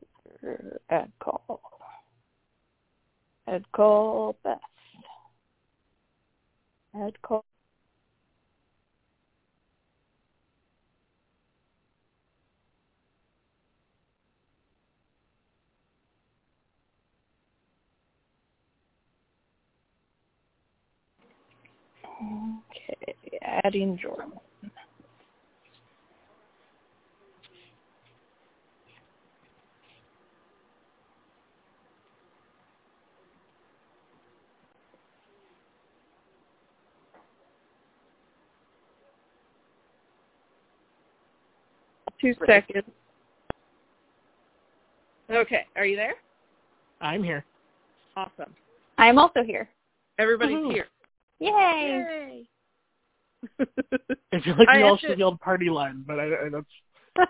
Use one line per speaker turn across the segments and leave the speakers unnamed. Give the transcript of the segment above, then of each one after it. Parker at call. At call Beth. At call. Okay, adding Jordan. Two seconds. Okay, are you there?
I'm here.
Awesome.
I'm also here.
Everybody's
Woohoo.
here.
Yay!
Yay.
I feel like
I
we all
have to-
should yelled party line, but I, I, that's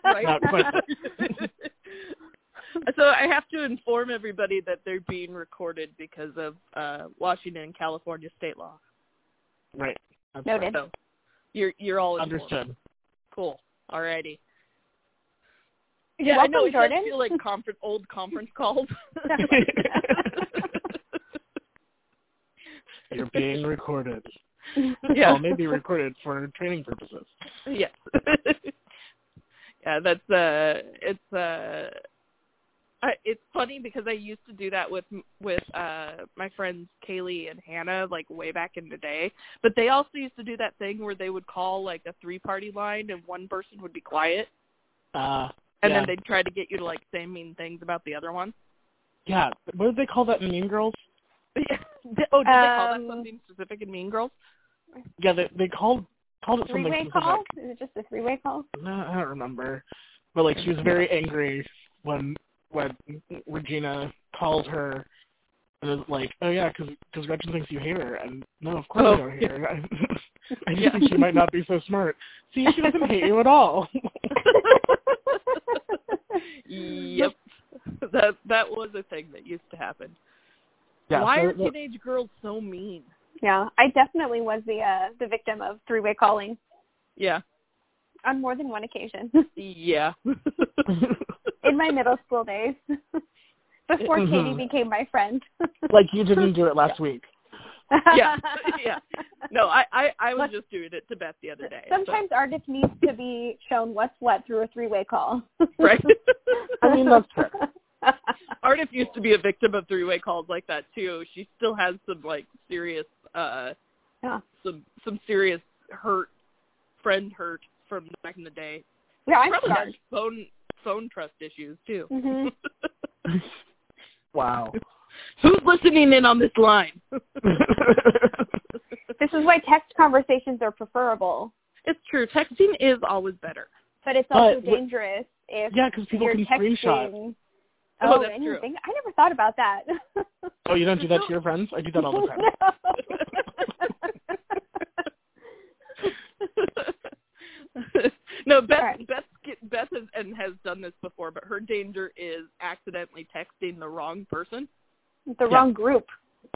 right?
Not quite.
so I have to inform everybody that they're being recorded because of uh, Washington and California state law.
right. I'm
Noted.
So you're you're all
sorry.
informed.
Understood.
Cool. Alrighty. Yeah, I
welcome,
know it does
Jordan.
feel like conference old conference calls.
You're being recorded.
yeah.
Well, Oh, maybe recorded for training purposes.
yes. yeah, that's uh it's uh I, it's funny because I used to do that with with uh my friends Kaylee and Hannah like way back in the day. But they also used to do that thing where they would call like a three party line and one person would be quiet
Uh,
and
Yeah.
then they'd try to get you to like say mean things about the other one.
yeah. What did they call that in Mean Girls?
oh, did they call that
Um,
something specific in Mean Girls?
Yeah, they they called called it something
Three-way
specific.
call? Is it just a three-way call?
No, I don't remember. But like she was very angry when when Regina called her and was like, "Oh yeah, because Gretchen thinks you hate her." And no, of course
Oh,
I don't hate her. I, I just
Yeah.
think she might not be so smart. See, she doesn't hate you at all.
yep. That that was a thing that used to happen. Why
so
are
that-
teenage girls so mean?
Yeah, I definitely was the uh, the victim of three-way calling
Yeah.
on more than one occasion
Yeah.
in my middle school days before
Mm-hmm.
Mhm.
Katie became my friend.
like you didn't do it last week.
Yeah, yeah. no, I, I, I was just doing it to Beth the other day. so-
Sometimes artists needs to be shown what's what through a three-way call.
right.
I mean, that's fair.
Artif used to be a victim of three way calls like that too. She still has some like serious uh
Yeah.
some some serious hurt friend hurt from back in the day.
yeah, I'm
Probably has
scarred.
phone phone trust issues too.
Mhm.
Mm-hmm.
Wow.
Who's listening in on this line?
This is why text conversations are preferable,
It's true. Texting is always better.
but it's also
But wh-
dangerous if
yeah, because people
you're
can
texting.
screenshot.
Oh,
Oh,
that's
and
true.
you think I never thought about that.
Oh, you don't do that to your friends? I do that all the time.
no, Beth
Alright.
Beth get- Beth has, and has done this before, but her danger is accidentally texting the wrong person.
the
Yeah.
wrong group.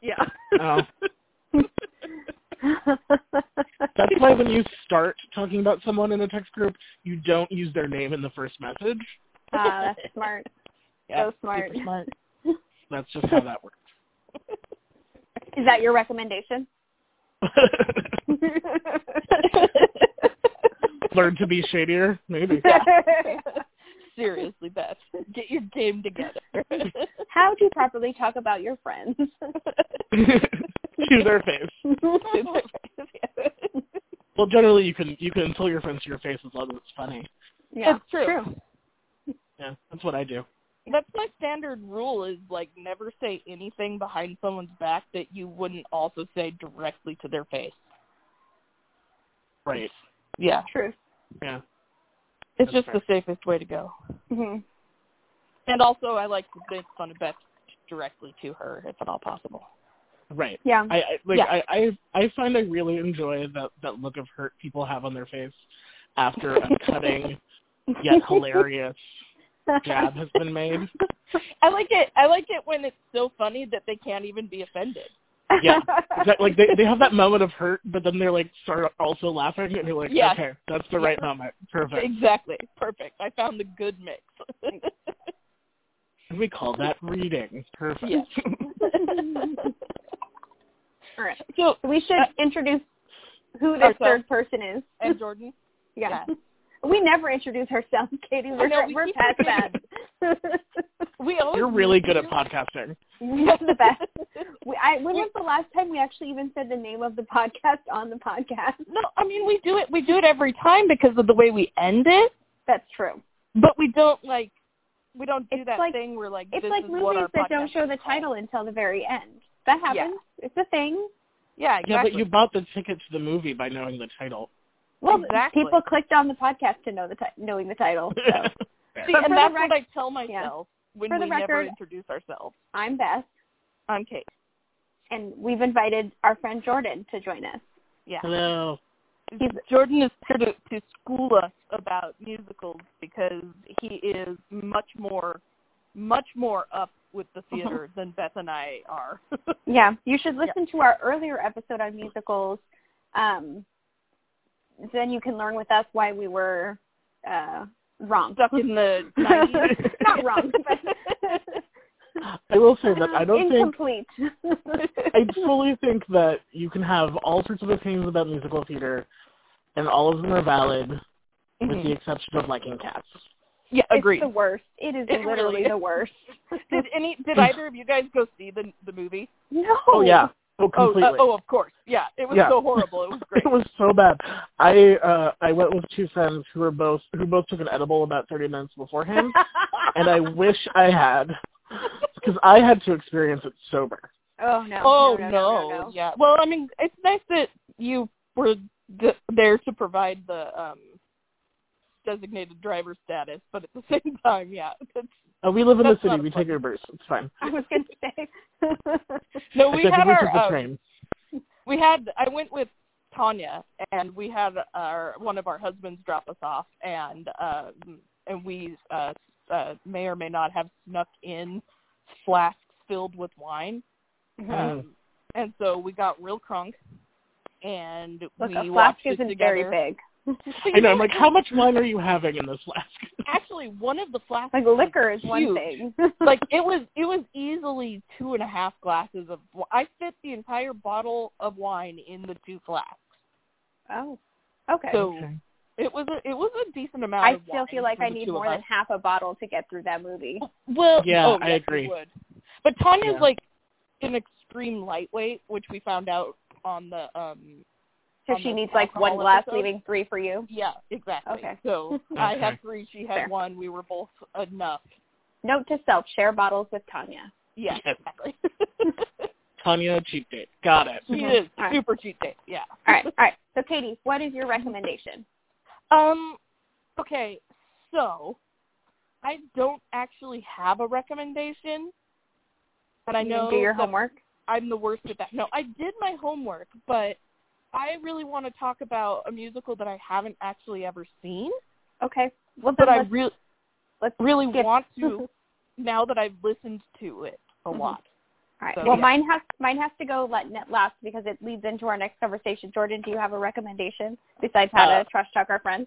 Yeah.
Oh. That's why when you start talking about someone in a text group, you don't use their name in the first message.
Ah, that's smart.
Yeah,
so smart.
super smart. That's just how that works.
Is that your recommendation?
Learn to be shadier, maybe.
Seriously, Beth, get your game together.
How to properly talk about your friends.
to their face. Well, generally you can you can insult your friends to your face as long as it's funny.
yeah,
That's true.
Yeah, that's what I do.
That's my standard rule is like never say anything behind someone's back that you wouldn't also say directly to their face.
Right.
Yeah.
true.
Yeah.
It's
That's
just the safest way to go.
hmm
And also I like to make fun of Beth directly to her if at all possible.
Right.
Yeah.
I, I like
Yeah.
I, I I find I really enjoy that that look of hurt people have on their face after a cutting yet hilarious jab has been made.
I like it I like it when it's so funny that they can't even be offended.
Yeah. That, like they they have that moment of hurt, but then they're like start also laughing, and you're like,
Yeah.
okay, that's the right moment, perfect.
Exactly. Perfect. I found the good mix.
This we call that reading. Perfect.
Yes.
All right.
So
We should
Uh,
introduce who this
ourselves.
third person is.
and Jordan.
yeah. We never introduce ourselves, Katie. We're,
know, we
we're
keep
past that.
forgetting. We always
You're really good at podcasting.
we're the best. We, I, when was the last time we actually even said the name of the podcast on the podcast?
No, I mean we do it. We do it every time because of the way we end it.
That's true.
But we don't like. We don't do
It's
that
like-
thing where like
It's
this
like
is what
movies
our
that don't
podcast
show
is
the
called.
title until the very end. That
Yeah.
happens. It's a thing.
Yeah,
Yeah,
exactly.
but you bought the ticket to the movie by knowing the title.
Well,
Exactly.
people clicked on the podcast to know the ti- knowing the
Oh,
title. So
See,
But
and
for the
that's
rec-
what I tell myself when
For
we
the
never
record-
introduce ourselves.
I'm Beth,
I'm Kate.
and we've invited our friend Jordan to join us.
Yeah.
Hello.
He's-
Jordan is here to, to school us about musicals because he is much more much more up with the theater than Beth and I are.
Yeah, you should listen to our earlier episode on musicals. Um, then you can learn with us why we were uh, wrong.
Stuck in the 90s.
Not wrong, but
I will say that I don't think
incomplete.
I fully think that you can have all sorts of opinions about musical theater, and all of them are valid, with the
Mhm.
exception of liking cats.
Yeah, agreed.
It's the worst. It is
It really
literally
is.
the worst.
Did any did either of you guys go see the the movie?
No.
Oh yeah. Oh
Oh,
completely.
uh, oh, of course. Yeah, it was
Yeah.
so horrible. It was great.
It was so bad. I uh I went with two friends who were both who both took an edible about thirty minutes beforehand, and I wish I had because I had to experience it sober.
Oh no.
Oh
no.
no,
no, no, no.
Yeah. Well, I mean, it's nice that you were d- there to provide the um designated driver status, but at the same time, yeah, that's,
Uh, we live in
That's
the
not
city.
a
We take Ubers. It's fine.
I was gonna say.
no. We
Except
had
we took
our
the
um,
train.
we had I went with Tanya, and we had our one of our husbands drop us off, and uh, and we uh, uh, may or may not have snuck in flasks filled with wine.
Hmm.
Mhm.
Um, and so we got real crunk, and
Look,
we
a flask
watched it
isn't
together.
very big.
I know. I'm like, how much wine are you having in this flask?
Actually, one of the flasks,
Like liquor is one
huge.
thing.
like it was, it was easily two and a half glasses of. wi- I fit the entire bottle of wine in the two flasks,
oh, okay.
so it was a, it was a decent amount.
I
of
still
wine
feel like
for
I
the
need
two of
more than
us.
half a bottle to get through that movie.
Well,
Yeah,
oh,
I
yes, you
agree.
Would. But Tanya's
Yeah.
like an extreme lightweight, which we found out on the um
So
on
she
the
needs like one
alcohol
glass,
episode?
leaving three for you.
Yeah, exactly.
Okay.
So I
Okay.
had three, she had
Fair.
one. We were both enough.
Note to self: share bottles with Tanya.
Yeah,
Yes.
exactly.
Tanya cheap date. Got it.
she
Mhm.
is
All right.
super cheat day. Yeah.
All right, all right. So Katie, what is your recommendation?
Um. Okay. So I don't actually have a recommendation, but I
You didn't
know
do your
that
homework.
I'm the worst at that. No, I did my homework, but I really want to talk about a musical that I haven't actually ever seen,
Okay. Well, then
but I
let's-
really
let's
really
skip-
want to now that I've listened to it a
Mhm.
lot.
all right.
so,
well,
yeah.
mine has mine has to go let net last because it leads into our next conversation. Jordan, do you have a recommendation besides how
Uh,
to trash talk our friends?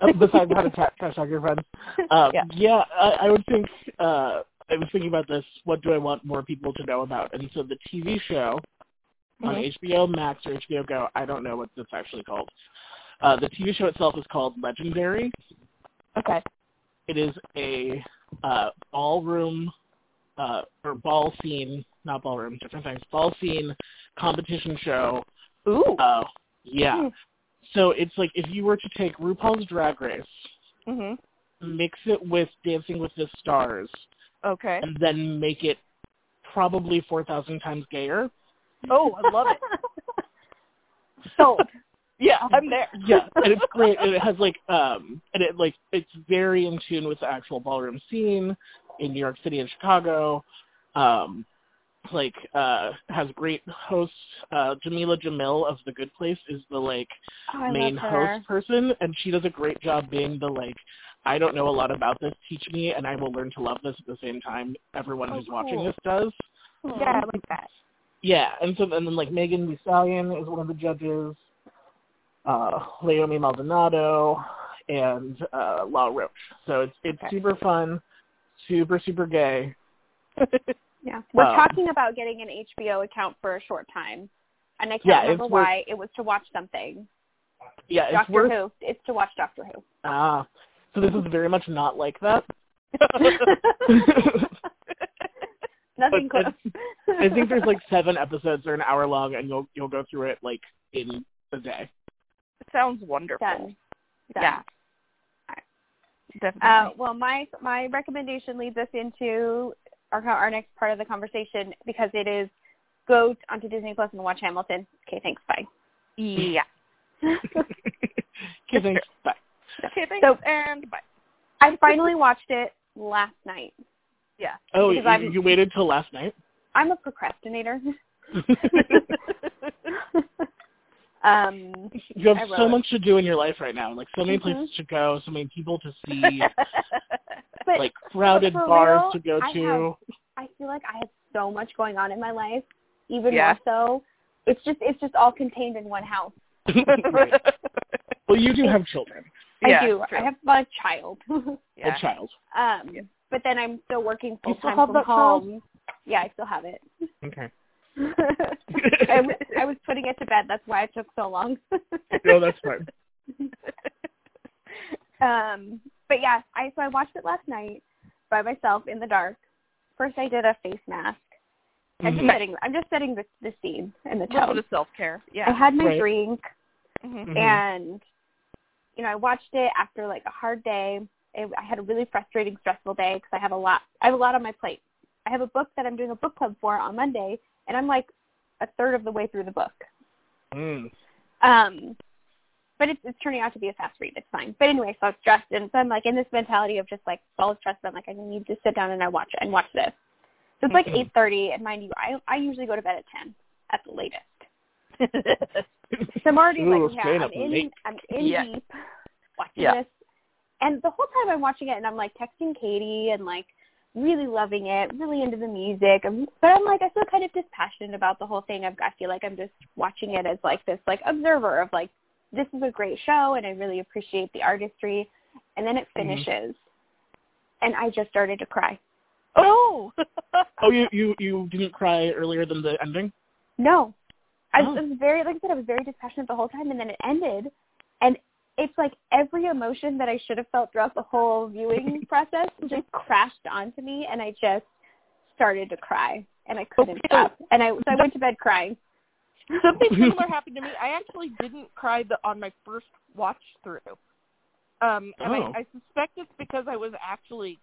Uh, besides how to tra- trash talk your friends. Uh,
Yeah.
I, I would think. Uh, I was thinking about this. What do I want more people to know about? And so the TV show on
Mhm.
HBO Max or HBO Go, I don't know what it's actually called. Uh, the TV show itself is called Legendary.
Okay.
It is a uh, ballroom uh, or ball scene, not ballroom, different things, ball scene competition show.
Ooh.
Uh, yeah.
Hmm.
So it's like if you were to take RuPaul's Drag Race
Mhm.
mix it with Dancing with the Stars,
Okay.
and then make it probably 4,000 times gayer.
Oh, I love it.
Sold.
Yeah, I'm there.
Yeah, and it's great. And it has like, um, and it like it's very in tune with the actual ballroom scene in New York City and Chicago. Um, like, uh, has great hosts. Uh, Jamila Jamil of The Good Place is the like
Oh, I
main
love her.
host person, and she does a great job being the like. I don't know a lot about this. Teach me, and I will learn to love this at the same time. Everyone
Oh,
who's watching
cool.
this does.
Yeah, I
like that.
Yeah, and so and then like Megan Thee Stallion is one of the judges, uh, Naomi Maldonado, and uh, La Roche. So it's it's
Okay.
super fun, super super gay.
Yeah. We're
Um,
talking about getting an HBO account for a short time. And I can't
Yeah, it's
remember
worth-
why. It was to watch something.
yeah, it's
Doctor
worth
Who. It's to watch Doctor Who.
ah. So this is very much not like that.
Nothing
But
close.
I think there's like seven episodes or an hour long, and you'll you'll go through it like in a day.
Sounds wonderful.
done. Done.
Yeah. Definitely.
Um,
Uh, well, my my recommendation leads us into our our next part of the conversation because it is go onto Disney Plus and watch Hamilton. Okay, thanks. Bye.
yeah.
Okay, thanks. Bye.
Okay, thanks,
So-
and bye.
I finally watched it last night.
Yeah.
Oh,
Because
you,
I'm-
you waited till last night.
I'm a procrastinator. um,
you
I
have
wrote
so
it.
much to do in your life right now. Like so many
Mhm.
places to go, so many people to see,
but
like crowded
for
bars
real,
to go
I
to.
have- I feel like I have so much going on in my life, even
Yeah.
more so. It's just it's just all contained in one house.
Right. Well, you do have children.
Yeah,
I do.
true.
I have a child.
Yeah.
A child.
Um, but then I'm still working
You
full
still
time
have
from
that child?
home. Yeah, I still have it.
Okay.
I, w- I was putting it to bed. That's why it took so long.
no, that's fine.
um, but yeah, I so I watched it last night by myself in the dark. First, I did a face mask. I'm just
Mhm.
setting. I'm just setting the, the scene and the
A little bit
tone.
of self care.
I
Yeah.
had my
Right.
drink,
Mhm.
Mm-hmm.
Mhm.
and you know, I watched it after like a hard day. It, I had a really frustrating, stressful day because I have a lot. I have a lot on my plate. I have a book that I'm doing a book club for on Monday, and I'm like a third of the way through the book.
Mm.
Um, but it's, it's turning out to be a fast read. It's fine. But anyway, so I was stressed, and so I'm like in this mentality of just like all stressed. I'm like, I need to sit down and I watch and watch this. So it's like
Mhm.
8:30, and mind you, I I usually go to bed at 10 at the latest. so I'm already
Ooh,
like,
staying
yeah,
up
I'm in,
late.
I'm in
Yeah.
deep watching
Yeah.
this, and the whole time I'm watching it, and I'm like texting Katie and like really loving it, really into the music. I'm, but I'm like, I feel kind of dispassionate about the whole thing. I've, I feel like I'm just watching it as like this like observer of like this is a great show and I really appreciate the artistry. And then it
Mhm.
finishes, and I just started to cry.
Oh.
Oh, you, you you didn't cry earlier than the ending.
No, I
Oh.
was, I was very like I said, I was very dispassionate the whole time, and then it ended, and it's like every emotion that I should have felt throughout the whole viewing process just crashed onto me, and I just started to cry, and I couldn't
Okay.
stop, and I so I went to bed crying.
Something similar happened to me. I actually didn't cry the, on my first watch through. Um, and
Oh.
I, I suspect it's because I was actually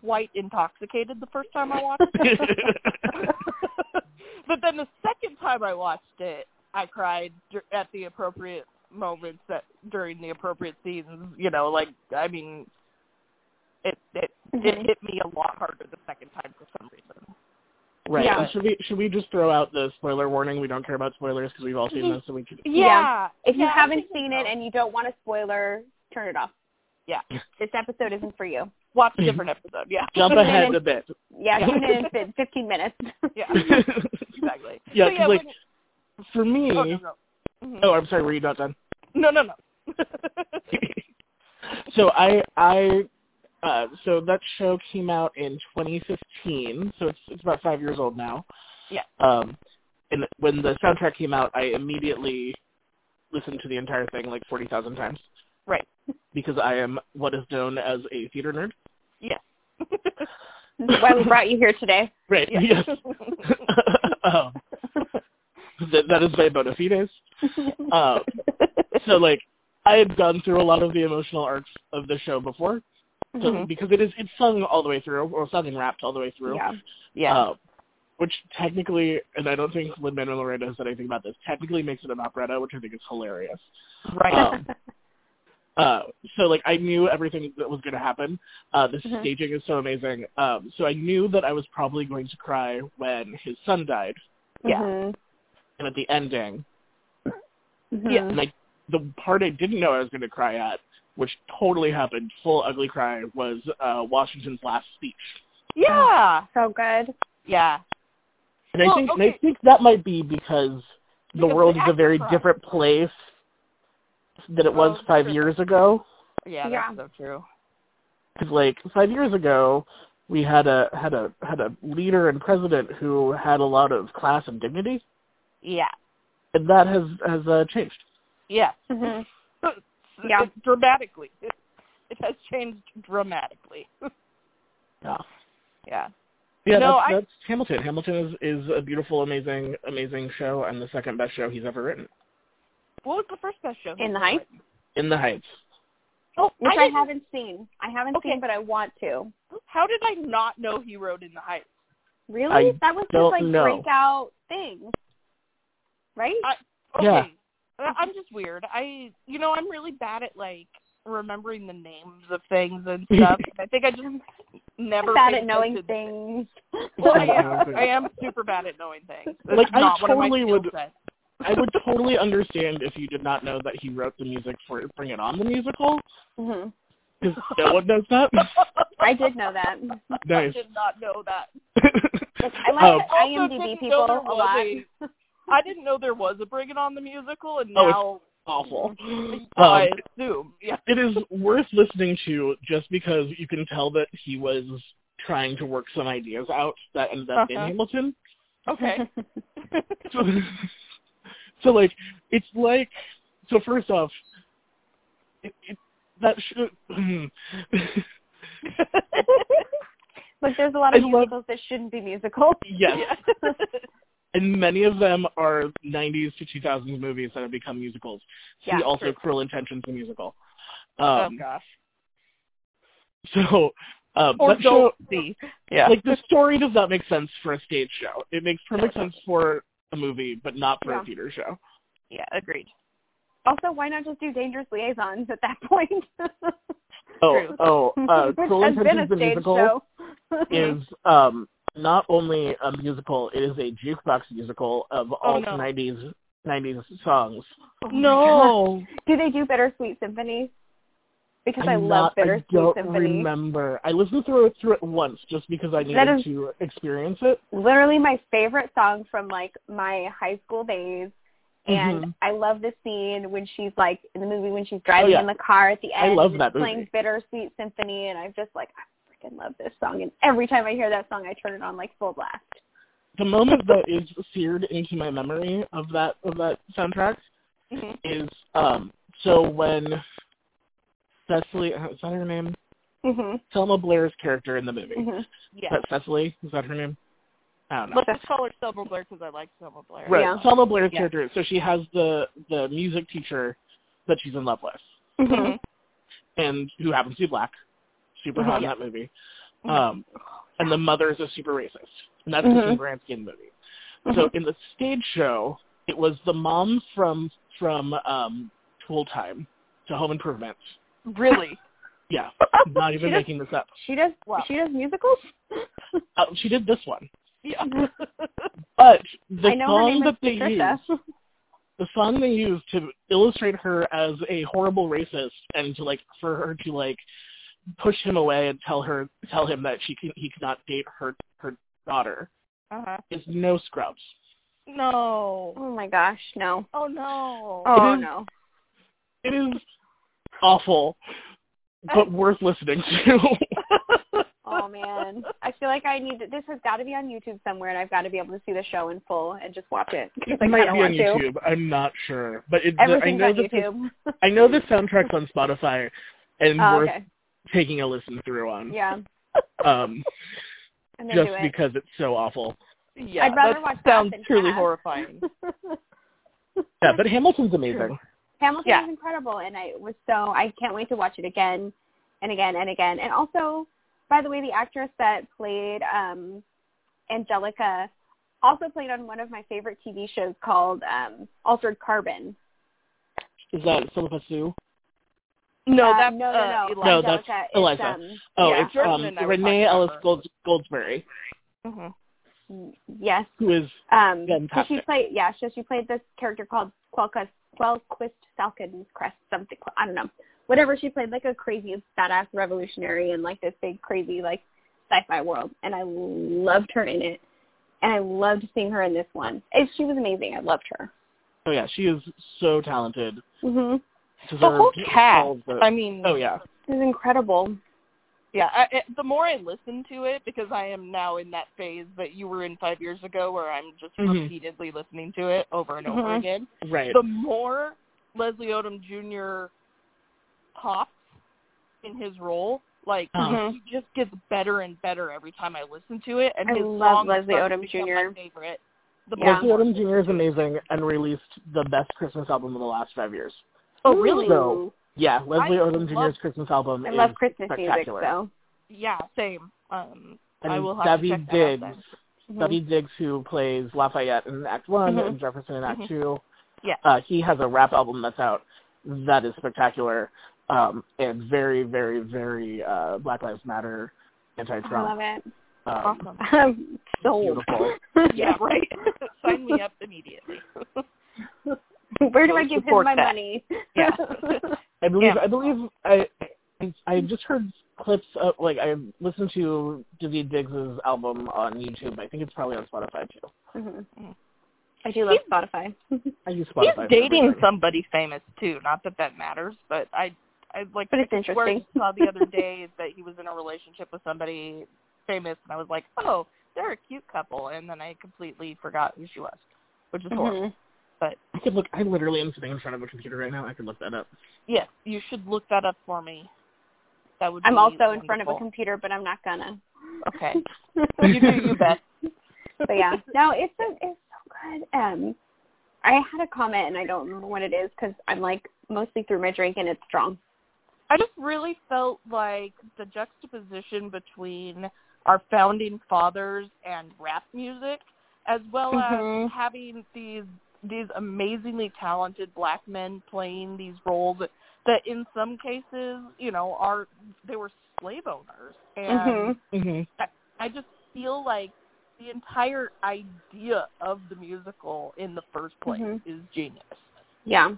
quite intoxicated the first time I watched it. but then the second time I watched it, I cried dur- at the appropriate moments that during the appropriate scenes. You know, like I mean, it it
Mm-hmm.
it hit me a lot harder the second time for some reason.
right.
Yeah.
And Should we should we just throw out the spoiler warning? We don't care about spoilers because we've all seen
Mhm.
this, so we can.
Yeah. If you
Yeah, I
haven't
think
seen
so.
it and you don't want a spoiler, turn it off.
Yeah.
This episode isn't for you.
watch a different episode. Yeah,
Jump
Tune in
ahead
and-
a bit.
Yeah,
Yeah.
tune in in fif- 15 minutes.
yeah, exactly.
Yeah,
So,
'cause, like,
when-
For me,
oh, no, no. Mhm.
oh, I'm sorry. Were you not done?
No, no, no.
so I I uh so that show came out in 2015, so it's it's about 5 years old now.
Yeah.
Um and when the soundtrack came out, I immediately listened to the entire thing like 40,000 times
right.
because I am what is known as a theater nerd.
Yes.
That's why we brought you here today.
Right.
Yeah.
Yes. um, that that is my bona fides. Um, so like I had gone through a lot of the emotional arcs of the show before, so
Mhm.
because it is it's sung all the way through or sung and rapped all the way through.
Yeah.
Yeah.
Um, which technically, and I don't think Lin Manuel Miranda has said anything about this, technically makes it an operetta, which I think is hilarious.
right.
Um, uh, so like I knew everything that was going to happen. Uh, the
Mm-hmm.
Mhm.
staging is so amazing. Um, so I knew that I was probably going to cry when his son died,
yeah.
Mhm.
and at the ending,
Yeah.
Mhm.
like the part I didn't know I was going to cry at, which totally happened, full ugly cry, was uh, Washington's last speech.
yeah.
So good.
Yeah.
And I
Well,
think and
okay.
I think that might be because the
Because
world
we
is a
have
very
to cry.
different place than it was
Oh,
five
sure.
years ago.
Yeah,
Yeah.
that's so true.
because like five years ago we had a had a had a leader and president who had a lot of class and dignity
Yeah.
and that has has uh, changed
Yeah.
hmm
yeah.
Yeah.
dramatically. It, it has changed dramatically.
yeah
yeah.
yeah
No,
that's,
I-
that's hamilton hamilton is is a beautiful amazing amazing show and the second best show he's ever written
What was the first best show?
In the Heights?
in the heights
Oh,
Which I,
didn't-
haven't seen. I haven't
Okay.
seen, but I want to.
How did I not know he wrote In the Heights?
Really?
I
that was his
don't
like
know.
breakout thing, right?
I- Okay.
Yeah.
I- I'm just weird. I, you know, I'm really bad at like remembering the names of things and stuff. I think I just never
I'm bad
paid
at knowing
attention.
things.
Well, I
Yeah.
am, I am super bad at knowing things. That's
Like, I
not one
totally
of my skill
would-
sets.
i would totally understand if you did not know that he wrote the music for bring it on the musical
hmm
because no one knows that
I did know that.
I
nice
did not know that.
I like
Um,
that IMDb
didn't
people
know there
a lot.
was a- I didn't know there was a Bring It On the Musical, and
Oh,
now
awful
I
um,
assume. Yeah.
it is worth listening to just because you can tell that he was trying to work some ideas out that ended up in
Uh-huh.
Hamilton.
Okay.
So, so like it's like so first off, it, it, that should
Like there's a lot of
I love-
musicals that shouldn't be musicals.
yes, and many of them are 90s to 2000s movies that have become musicals. See
Yeah,
also
true.
Cruel Intentions the musical.
oh
Um,
gosh.
so um,
Or
that show,
don't see. Yeah.
like the story does not make sense for a stage show. It makes perfect sense for a movie, but not for
Yeah.
a theater show.
yeah. Agreed.
Also, why not just do dangerous liaisons at that point?
Oh,
True.
oh, uh,
Which
Cruel
has been
Intentions
a
the
stage
musical
show.
is um, not only a musical; it is a jukebox musical of all
no.
nineties nineties songs.
Oh my
No.
Do they do bittersweet symphonies? Because I
I'm
love
not, I
bittersweet
don't
symphony.
remember. I listened through it through it once just because I needed
That is-
to experience it.
Literally my favorite song from like my high school days. And
Mhm.
I love the scene when she's like in the movie when she's driving
Oh, yeah.
in the car at the
I
end.
love
and
that
it's playing
movie.
Bittersweet Symphony, and I'm just like, I freaking love this song. And every time I hear that song, I turn it on like full blast.
The moment that is seared into my memory of that of that soundtrack is um so when Cecily uh, is that her name?
Mhm.
Selma Blair's character in the movie.
Mhm.
Yeah.
Is that Cecily? Is that her name? I don't know.
Let's just call her Selma Blair because I like Selma Blair.
Right.
Yeah.
Selma Blair's
Yeah.
character. So she has the the music teacher that she's in love with
Mhm.
and who happens to be black. Super hot in that movie.
Mhm.
Um and the mother is a super racist. And that's the
Mhm.
Kim Granskin movie.
Mm-hmm.
So in the stage show, it was the mom from from um Tool Time to Home Improvement.
Really?
Yeah.
Oh,
Not even
She does-
making this up.
She does.
Wow.
She does musicals.
Uh, she did this one.
Yeah.
But the
I know her
song
name
that
is
they
Patricia.
use, the song they use to illustrate her as a horrible racist, and to like for her to like push him away and tell her tell him that she can he cannot date her her daughter
uh-huh.
is no scrubs.
No.
Oh my gosh, no.
Oh no.
Oh
is-
no.
It is awful, but worth listening to.
Oh man. I feel like I need to, this has got to be on YouTube somewhere, and I've got to be able to see the show in full and just watch it. 'cause
it
I
might
kinda
be on
want to.
YouTube. I'm not sure, but it, I
Everything's
know
on
that the,
YouTube.
I know the soundtrack's on Spotify and
Oh,
worth
okay.
taking a listen through on.
Yeah.
Um,
I'm gonna
just
do it.
because it's so awful.
yeah.
I'd rather
that
watch that
sounds
than
truly
Cats.
horrifying.
Yeah, but Hamilton's amazing.
Hamilton
Yeah.
is incredible, and I was so I can't wait to watch it again and again and again. And also, by the way, the actress that played um, Angelica also played on one of my favorite TV shows called um, Altered Carbon.
Is that Philippa Sue?
No,
Uh,
that's
no,
uh,
no, no.
Eli.
No, that's
Angelica is,
Eliza.
um,
Oh,
Yeah,
it's
Jordan
um,
and I were
Renee
talking
Ellis
about her.
Gold- Goldsberry,
Mhm.
y- yes.
who is
Um, so she
Fantastic.
played, yeah, so she played this character called Quelquist, Quelquist Falcon Crest, something, I don't know. Whatever, she played like a crazy badass revolutionary in like this big crazy like sci-fi world. And I loved her in it. And I loved seeing her in this one. It, she was amazing. I loved her.
oh yeah, she is so talented.
hmm
Mm-hmm.
Deserved
The whole cast.
all of the-
I mean,
oh yeah,
It was incredible.
Yeah, I, I, the more I listen to it, because I am now in that phase that you were in five years ago, where I'm just
Mhm.
repeatedly listening to it over and over
Mhm.
again.
Right.
The more Leslie Odom Jr. pops in his role, like
Uh-huh.
he just gets better and better every time I listen to it. And
I
his
love
songs
Leslie
start to
Odom
become
Jr..
My favorite. The
Yeah.
Leslie Odom Jr. is amazing and released the best Christmas album of the last five years.
Oh, really?
So yeah, Leslie
I
Odom
love-
Jr.'s Christmas album
I
is
love Christmas music,
spectacular.
so
Yeah, same. Um,
and
I will have
Debbie
to check that out
Diggs,
then.
Mhm.
Debbie Diggs, who plays Lafayette in Act One
Mhm.
and Jefferson in Act
Mhm.
Two.
Yeah.
uh, he has a rap album that's out that is spectacular um, and very, very, very uh, Black Lives Matter,
I love
anti-Trump,
it.
um,
Awesome.
I'm sold.
beautiful.
Yeah, right. Sign me up immediately.
Where do I give him
Support
my
that.
money?
Yeah.
I believe
Yeah.
I believe I I- I just heard clips of like I listened to David Diggs's album on YouTube. I think it's probably on Spotify too.
Mhm.
Mm.
I do love Spotify.
I use Spotify.
He's
for
dating
everything.
somebody famous too. Not that that matters, but I I like
But it's
where I
interesting.
saw the other day that he was in a relationship with somebody famous, and I was like, oh, they're a cute couple, and then I completely forgot who she was, which is horrible.
Mhm.
I could look. I literally am sitting in front of a computer right now. I could look that up.
Yes, you should look that up for me. That would.
Mm-hmm. I'm
be
also in front of a
wonderful.
computer, but I'm not gonna.
Okay, you do you best.
but yeah, no, it's so it's so good. Um, I had a comment and I don't remember what it is because I'm like mostly through my drink and it's strong.
I just really felt like the juxtaposition between our founding fathers and rap music, as well
Mhm.
as having these these amazingly talented black men playing these roles that, that in some cases, you know, are they were slave owners, and
Mhm.
Mm-hmm.
I just feel like the entire idea of the musical in the first place
Mhm.
is genius.
Yeah.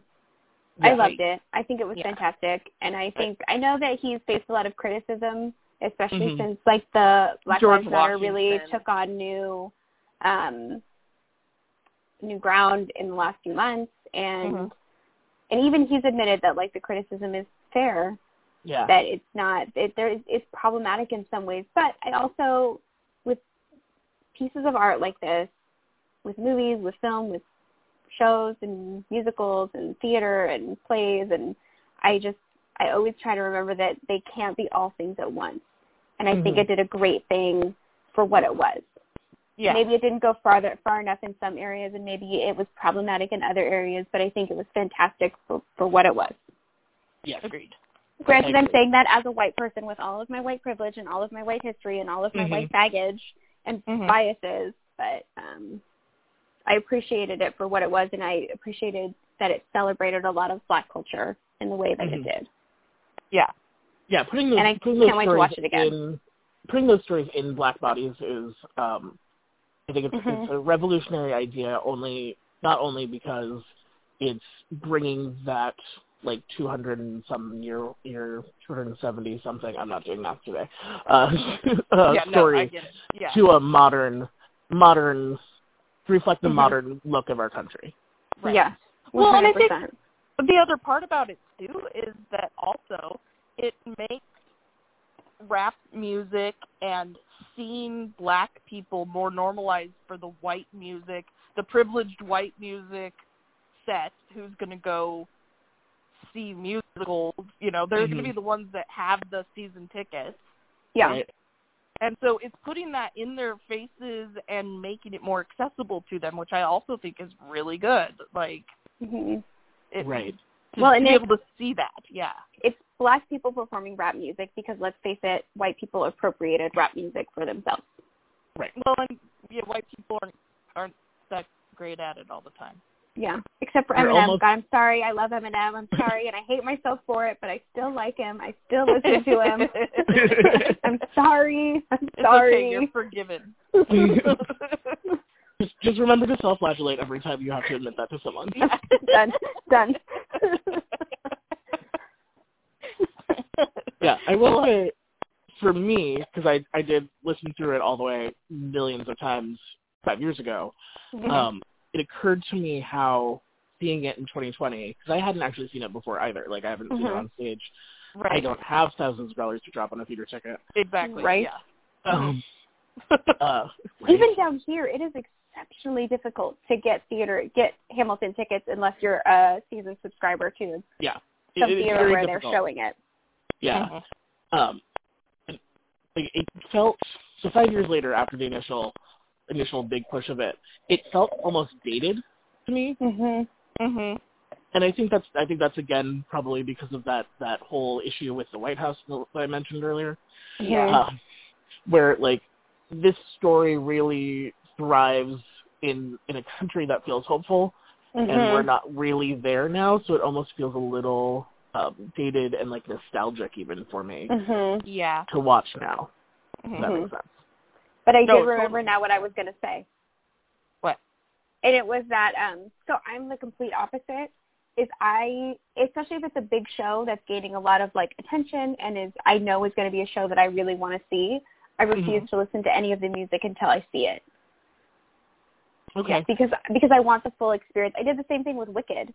I
Yeah.
loved it. I think it was
Yeah.
fantastic, and I think I know that he's faced a lot of criticism, especially
Mhm.
since like the Black
Mm-hmm. George
Lives Matter really
Washington.
took on new, um, new ground in the last few months, and
Mhm.
and even he's admitted that like the criticism is fair,
Yeah.
that it's not it there is it's problematic in some ways, but I also with pieces of art like this, with movies, with film, with shows and musicals and theater and plays and I just I always try to remember that they can't be all things at once. And I think
Mhm.
it did a great thing for what it was.
Yeah.
Maybe it didn't go farther far enough in some areas and maybe it was problematic in other areas, but I think it was fantastic for, for what it was.
Yes.
Agreed.
Granted, I'm
Agreed.
saying that as a white person with all of my white privilege and all of my white history and all of my
Mm-hmm.
Mhm.
white baggage and
Mm-hmm.
Mhm.
biases, but um, I appreciated it for what it was, and I appreciated that it celebrated a lot of black culture in the way that
Mm-hmm.
Mhm.
it did.
Yeah.
Yeah, putting those
And I
putting those
can't wait to
stories
watch it again.
in putting those stories in black bodies is um I think it's,
Mhm.
it's a revolutionary idea only not only because it's bringing that like 200 and some year year 270 something I'm not doing math today uh, uh
yeah. No, I
story
get it. Yeah.
to a modern modern to reflect the
Mhm.
modern look of our country.
Right.
Yeah.
Well, and I
100%.
think- But the other part about it too is that also it makes rap music and seeing black people more normalized for the white music, the privileged white music set who's going to go see musicals, you know, they're going
Mhm.
to be the ones that have the season tickets.
yeah,
Right?
And so it's putting that in their faces and making it more accessible to them, which I also think is really good. Like
Mhm.
it,
right.
to
Well, and
be
it-
able to see that, yeah.
it's black people performing rap music because let's face it, white people appropriated rap music for themselves.
Well, and yeah, white people aren't aren't that great at it all the time.
Yeah, except for
You're
Eminem.
almost-
God, I'm sorry. I love Eminem. I'm sorry, and I hate myself for it, but I still like him. I still listen to him. I'm sorry. I'm
It's okay,
sorry.
you're forgiven.
Just, just remember to self-flagellate every time you have to admit that to someone.
Yeah.
done. Done.
yeah, I will say, for me, because I I did listen through it all the way millions of times five years ago.
Mm-hmm.
Um, it occurred to me how seeing it in 2020, because I hadn't actually seen it before either. Like I haven't seen it
Mhm.
on stage.
Right.
I don't have thousands of dollars to drop on a theater ticket.
Exactly.
Right.
Yeah. Oh.
Um, uh,
Even down here, it is exceptionally difficult to get theater get Hamilton tickets unless you're a season subscriber to
it-
some
it is
theater
very
where they're
difficult.
showing it.
Yeah.
Mhm.
Um, and, like it felt so five years later after the initial initial big push of it, it felt almost dated to me.
hmm
Mhm.
And I think that's I think that's again probably because of that that whole issue with the White House that I mentioned earlier.
Yeah.
uh, where like this story really thrives in in a country that feels hopeful
Mm-hmm.
and we're not really there now so it almost feels a little um, dated and like nostalgic even for me
hmm
Yeah.
to watch now
Mm-hmm.
if that
Mhm.
makes sense
But I
No,
did remember
totally.
now what I was going to say.
What?
And it was that um so I'm the complete opposite. Is I especially if it's a big show that's gaining a lot of like attention and is I know is going to be a show that I really want to see. I refuse
Mm-hmm.
to listen to any of the music until I see it
okay
because because I want the full experience. I did the same thing with Wicked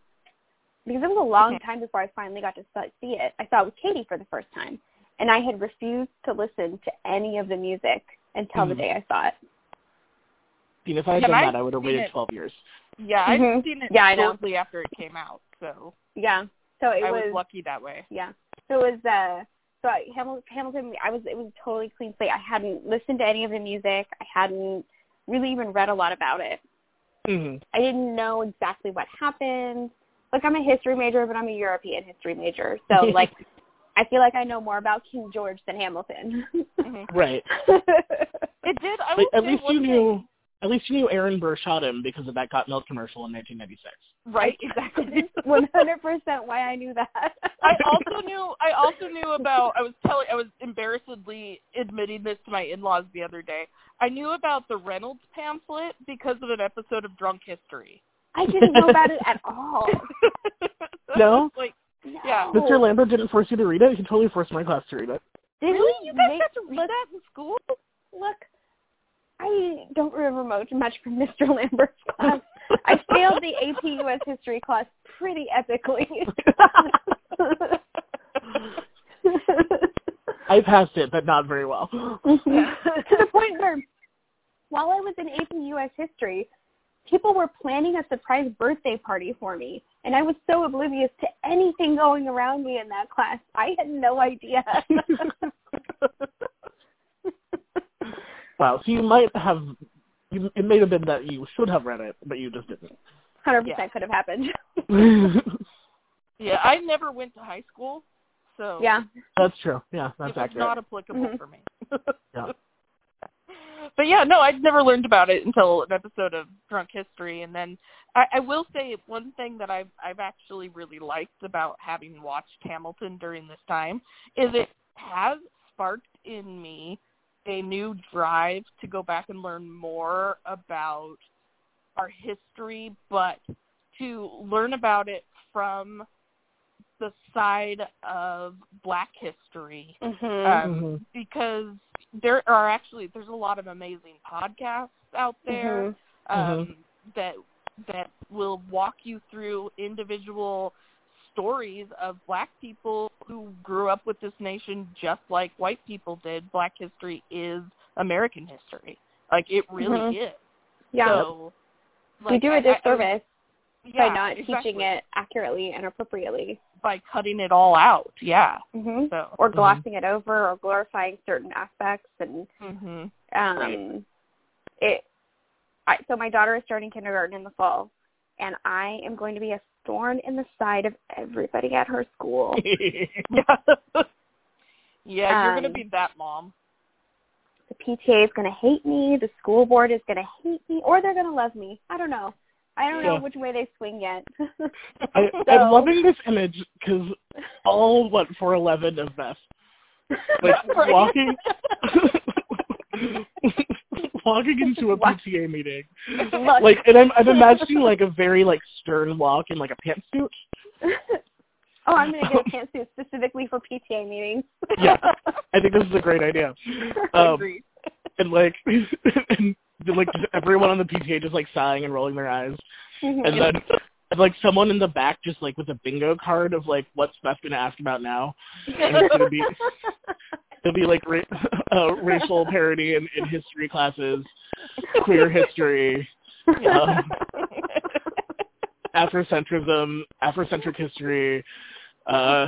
because it was a long time before I finally got to s- see it. I saw it with Katie for the first time, and I had refused to listen to any of the music until the
Mm-hmm.
Mhm.
day I saw it.
See, if i had
Can
done
I
that i would have
see
waited
it?
12 years
Yeah.
Mhm.
I've seen it
Yeah, I know.
shortly after it came out, so
Yeah, so it
I was,
was
lucky that way.
Yeah. So it was uh so I, Hamil- Hamilton I was it was a totally clean slate. I hadn't listened to any of the music. I hadn't really even read a lot about it.
mm-hmm.
I didn't know exactly what happened. Like I'm a history major, but I'm a European history major. So like I feel like I know more about King George than Hamilton. Mm-hmm.
Mhm.
right
It did. I
but
will
at
say
least
one
you
thing-
knew at least you knew aaron burr shot him because of that got milk commercial in 1996
Right. Exactly.
One hundred percent why I knew that.
I also knew I also knew about I was telling I was embarrassedly admitting this to my in-laws the other day. I knew about the Reynolds pamphlet because of an episode of Drunk History.
I didn't know about it at all.
No?
It's like
No.
Yeah.
mr lambert didn't force you to read it he totally forced my class to read it
really you guys
They-
have to read that in school?
look, I don't remember much, much from Mr. Lambert's class. I failed the AP US history class pretty epically.
i passed it but not very well
Mm-hmm. to the point where while I was in AP US history, people were planning a surprise birthday party for me. And I was so oblivious to anything going around me in that class. I had no idea.
Wow. So you might have. You, it may have been that you should have read it, but you just didn't.
100%
Yeah.
could have happened.
Yeah, I never went to high school, so
Yeah.
that's true. Yeah, that's
it was
accurate.
not applicable
Mhm.
for me.
Yeah.
But yeah, no, I'd never learned about it until an episode of Drunk History, and then I, I will say one thing that I've I've actually really liked about having watched Hamilton during this time is it has sparked in me a new drive to go back and learn more about our history, but to learn about it from the side of Black history
Mhm.
um,
Mhm.
because there are actually there's a lot of amazing podcasts out there
Mhm.
um, that that will walk you through individual stories of black people who grew up with this nation just like white people did. Black history is American history. Like it really
Mhm.
is.
Yeah.
So,
we
like,
do a
I- I- I-
disservice
yeah,
by not teaching
exactly.
it accurately and appropriately,
by cutting it all out. Yeah.
hmm
So.
mm-hmm.
or glossing it over, or glorifying certain aspects. And
hmm
um, it, I, so my daughter is starting kindergarten in the fall, and I am going to be a thorn in the side of everybody at her school.
Yeah. yeah, you're
Um,
gonna be that mom.
the PTA is going to hate me. The school board is going to hate me, or they're going to love me. I don't know. I don't know
Yeah.
which way they swing yet.
I,
So-
I'm loving this image because all what for eleven is this like
Right.
walking, walking into a
Walk-
PTA meeting.
Look.
Like, and I'm I'm imagining like a very like stern walk in like a pantsuit.
oh, I'm going to get a pantsuit specifically for PTA meetings.
Yeah, I think this is a great idea.
Mm-hmm.
Um,
Agreed.
and like and like just everyone on the PTA just like sighing and rolling their eyes,
Mhm.
and then And, like someone in the back just like with a bingo card of like what's Beth gonna ask about now. And it's gonna be it'll be like ra- uh, racial parody in, in history classes, queer history, um, Afrocentrism, Afrocentric history. Uh,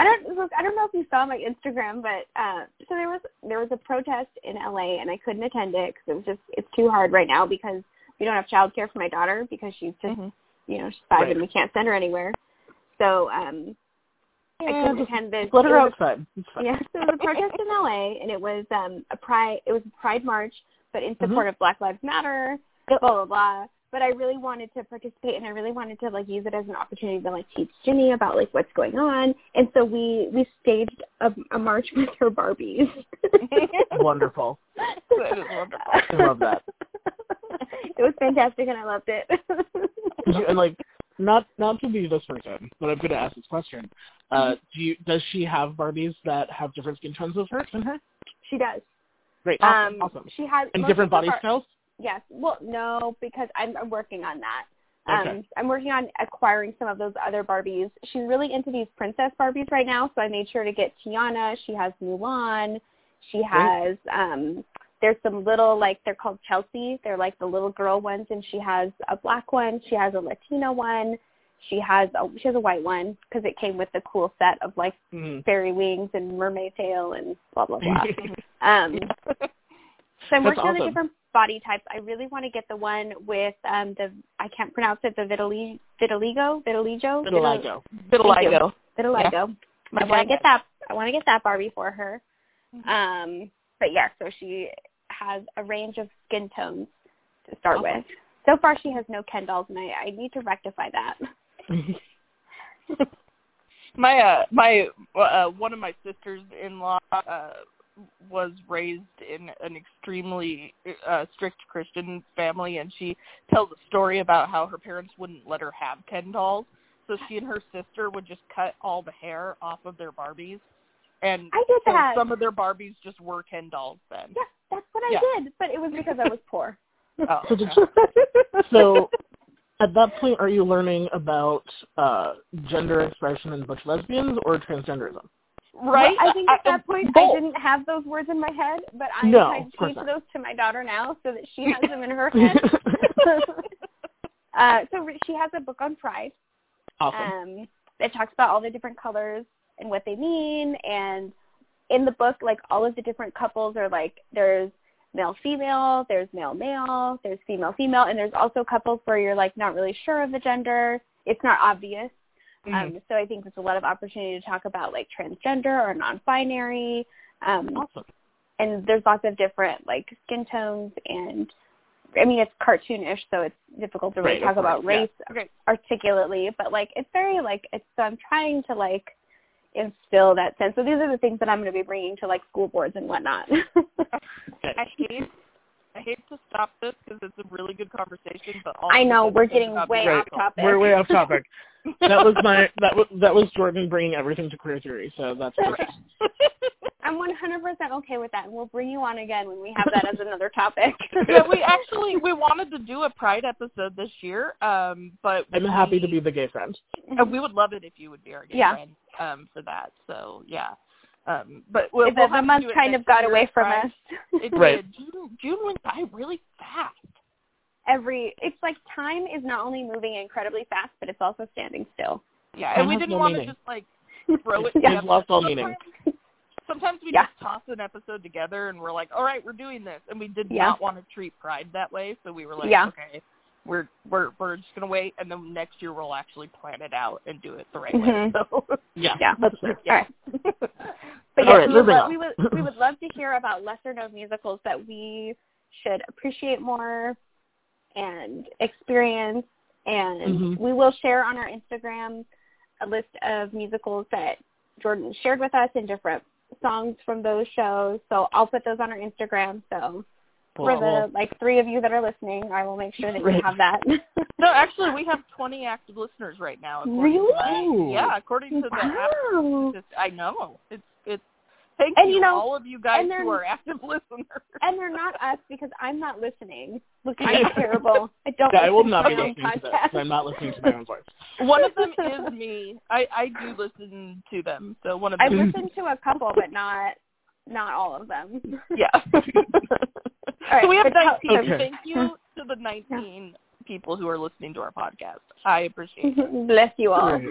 I don't look, I don't know if you saw my Instagram, but uh, so there was there was a protest in LA, and I couldn't attend it because it was just it's too hard right now because we don't have childcare for my daughter because she's just
Mhm.
Mm-hmm.
you know she's five
Right.
and we can't send her anywhere. So um, I
Yeah,
couldn't
just
attend this.
let her
It was
outside. It's fine.
yeah, so it was a protest in LA, and it was um a pride it was a Pride March, but in support
Mm-hmm.
of Black Lives Matter, blah blah blah. But I really wanted to participate, and I really wanted to like use it as an opportunity to like teach Ginny about like what's going on, and so we we staged a, a march with her Barbies.
Wonderful.
That is wonderful.
I love that.
It was fantastic, and I loved it.
Did you- and like not not to be this person, but I'm gonna ask this question. Uh, do you does she have Barbies that have different skin tones of her than her?
she does.
Great,
Um,
awesome, awesome.
She has
And
most
different
of her
body
Bar-
styles.
Yes. Well, no, because I'm, I'm working on that. Um,
Okay.
I'm working on acquiring some of those other Barbies. She's really into these princess Barbies right now, so I made sure to get Tiana. She has Mulan. She has um there's some little like they're called Chelsea. They're like the little girl ones, and she has a black one. She has a Latina one. She has a she has a white one because it came with the cool set of like
Mhm.
fairy wings and mermaid tail and blah blah blah. Um, so I'm
That's
working on the
awesome.
different body types. I really want to get the one with um the I can't pronounce it the vitili- vitiligo vitiligo vitiligo
Vitiligo.
Vitiligo.
vitiligo. I want to
Okay.
get that. I want to get that Barbie for her. Um, but yeah, so she has a range of skin tones to start
Awesome.
with. So far, she has no Ken dolls, and I, I need to rectify that.
my uh my uh one of my sisters in law uh was raised in an extremely uh strict christian family and she tells a story about how her parents wouldn't let her have ken dolls so she and her sister would just cut all the hair off of their barbies and
I did
so
that.
some of their barbies just were ken dolls then
yeah, that's what I
Yeah.
did, but it was because I was poor.
oh,
So did So at that point, are you learning about uh, gender expression in butch lesbians or transgenderism?
right
Well, I think at that point I
both.
didn't have those words in my head, but I
No,
I
of course
teach
not.
those to my daughter now so that she has them in her head. uh, so re- she has a book on pride
awesome.
um, that talks about all the different colors and what they mean. And in the book, like all of the different couples are like there's male female, there's male male, there's female female, and there's also couples where you're like not really sure of the gender. It's not obvious.
Mm-hmm.
Mm-hmm.
Um, so I think there's a lot of opportunity to talk about like transgender or non-binary, um,
awesome.
and there's lots of different like skin tones and I mean it's cartoonish, so it's difficult to really
Right,
talk
of
about
course, yeah.
race
Okay.
articulately, but like it's very like it's so I'm trying to like instill that sense. So these are the things that I'm going to be bringing to like school boards and whatnot.
I hate I hate to stop this because it's a really good conversation, but also
I know
this
we're
is
getting
about
way
being
Right.
off topic.
We're way off topic. That was my that was that was Jordan bringing everything to queer theory. So that's perfect.
I'm 100% okay with that, and we'll bring you on again when we have that as another topic.
yeah, we actually we wanted to do a Pride episode this year, um, but
I'm
we-
happy to be the gay friend.
uh, we would love it if you would be our gay
Yeah.
friend um, for that. So yeah, um, but we'll,
the,
we'll
the
have to
month
do it
kind of
next
got
year.
away from
Pride-
us.
It
Right.
did. June, June went by really fast.
Every it's like time is not only moving incredibly fast, but it's also standing still.
Yeah,
Time
and we
has
didn't
no
want
meaning.
to just like throw it.
It's
Yeah.
together.
lost all
Sometimes-
meaning.
Sometimes we
Yeah.
just toss an episode together and we're like, all right, we're doing this, and we did
Yeah.
not want to treat Pride that way, so we were like,
Yeah.
okay, we're we're we're just gonna wait, and then next year we'll actually plan it out and do it the right way.
Mhm.
So
Yeah.
Yeah.
That's fair.
All right. But
All
yes,
right,
we, would
moving
lo-
on.
we would we would love to hear about lesser known musicals that we should appreciate more and experience and
Mm-hmm.
Mhm.
we will share on our Instagram a list of musicals that Jordan shared with us and different songs from those shows. So I'll put those on our Instagram. So for
Well, well,
the like three of you that are listening, I will make sure that you
Right.
have that.
no, actually, we have 20 active listeners right now. according to
Really?
my-
Ooh.
yeah, according to the app,
wow.
just- I know it's it's Thank
And,
you,
you know,
all of you guys
and they're-
who are active listeners.
And they're not us because I'm not listening. Look, I'm terrible. I don't.
Yeah, I will
listen
not
to
be
my own
listening to this.
podcast.
'cause I'm not listening to my own voice.
one of them is me. I I do listen to them. So one of
I've
them.
listened to a couple, but not not all of them.
yeah. so we have
but how-
19.
Okay.
Thank you to the 19 people who are listening to our podcast. I appreciate it.
Bless you all.
Right.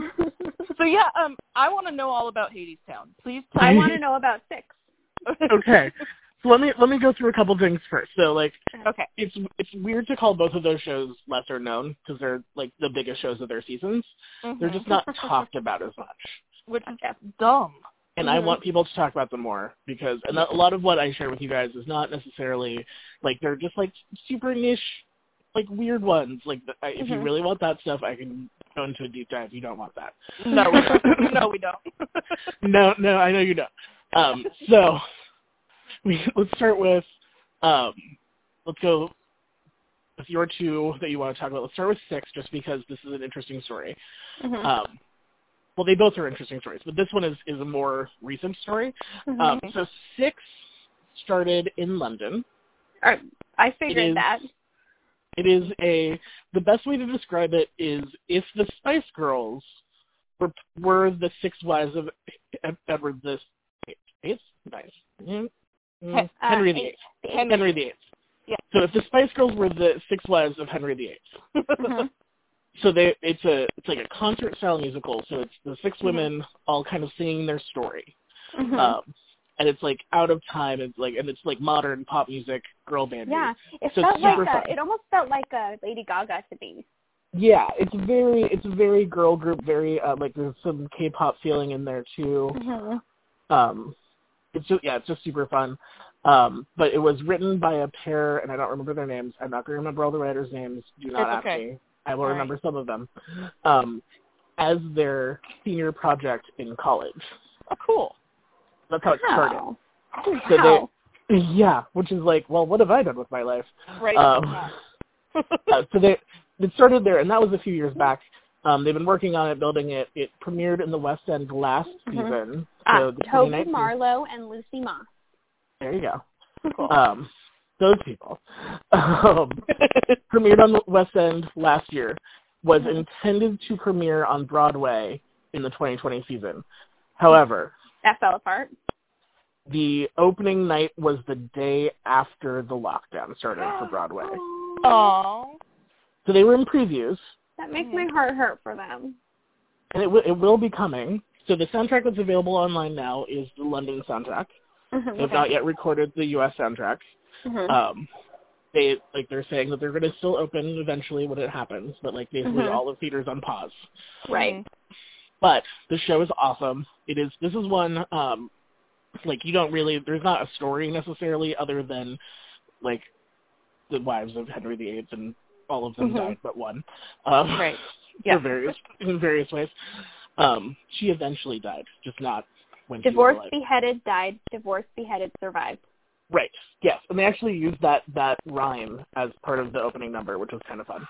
So yeah, um, I want to know all about Hades Town. Please
I
tell
want to know about six.
Okay. So let me let me go through a couple things first. So like
okay.
it's it's weird to call both of those shows lesser known because they're like the biggest shows of their seasons. They're
Mhm.
just not talked about as much.
which is dumb.
and I
Mhm.
want people to talk about them more because and a lot of what I share with you guys is not necessarily like they're just like super niche, like weird ones. Like the- I- if you
Mhm.
really want that stuff, I can go into a deep dive. You don't want that.
No, we don't. no, we don't.
No, no, I know you don't. Um, so we let's start with um, let's go with your two that you want to talk about. Let's start with six, just because this is an interesting story.
Mhm.
Um, well, they both are interesting stories, but this one is is a more recent story.
Mhm.
Um, so six started in London.
All right, I
it
figured
is-
that.
It is a the best way to describe it is if the Spice Girls were were the six wives of Ed- Edward the Eighth. Nice. Mm, mm,
Hen-
uh,
Henry
eight-
the Eighth.
the eight.
Henry the Eighth.
Yeah.
So if the Spice Girls were the six wives of Henry the Eighth,
Mhm.
so they it's a it's like a concert style musical. So it's the 6 women all kind of singing their story.
Mhm.
um, and it's like out of time and like and it's like modern pop music girl band
yeah, it
so it's
felt like
super
a,
fun.
it almost felt like a Lady Gaga to me.
music. yeah it's very it's very girl group very uh, like there's some k-pop feeling in there too
Mhm.
um it's just yeah it's just super fun um but it was written by a pair and i don't remember their names i'm not going to remember all the writers names do not
That's
ask
okay.
me i will
All right.
remember some of them um as their senior project in college
oh, cool.
that's how it
Ah.
started
Wow.
So they-
Wow.
yeah which is like well what have i done with my life
Right.
Um,
Yeah.
uh, so they it started there, and that was a few years back. Um, they've been working on it, building it. It premiered in the West End last
Mhm.
Mm-hmm.
season.
Ah,
So the
Toby
2019
Marlowe and Lucy Ma.
There you go.
uh,
Um, those people um, premiered on the West End last year. Was
Mhm.
intended to premiere on Broadway in the 2020 season. However,
That fell apart.
the opening night was the day after the lockdown started for Broadway.
Aw.
Aw.
So they were in previews.
That makes my heart hurt for them.
and it, w- it will be coming. So the soundtrack that's available online now is the London soundtrack.
Mhm.
They've not yet recorded the U.S. soundtrack.
Mhm.
Um, they like they're saying that they're going to still open eventually when it happens, but like basically
Mhm.
all the theaters on pause.
right.
Mm-hmm. But the show is awesome. It is. This is one um, like you don't really. There's not a story necessarily other than like the wives of Henry VIII and all of them
Mhm.
died but one. Um,
Right.
for various in various ways. Um, she eventually died, just not when she was
Divorced,
alive.
beheaded, died. Divorced, beheaded, survived.
Right. Yes, and they actually used that that rhyme as part of the opening number, which was kind of fun.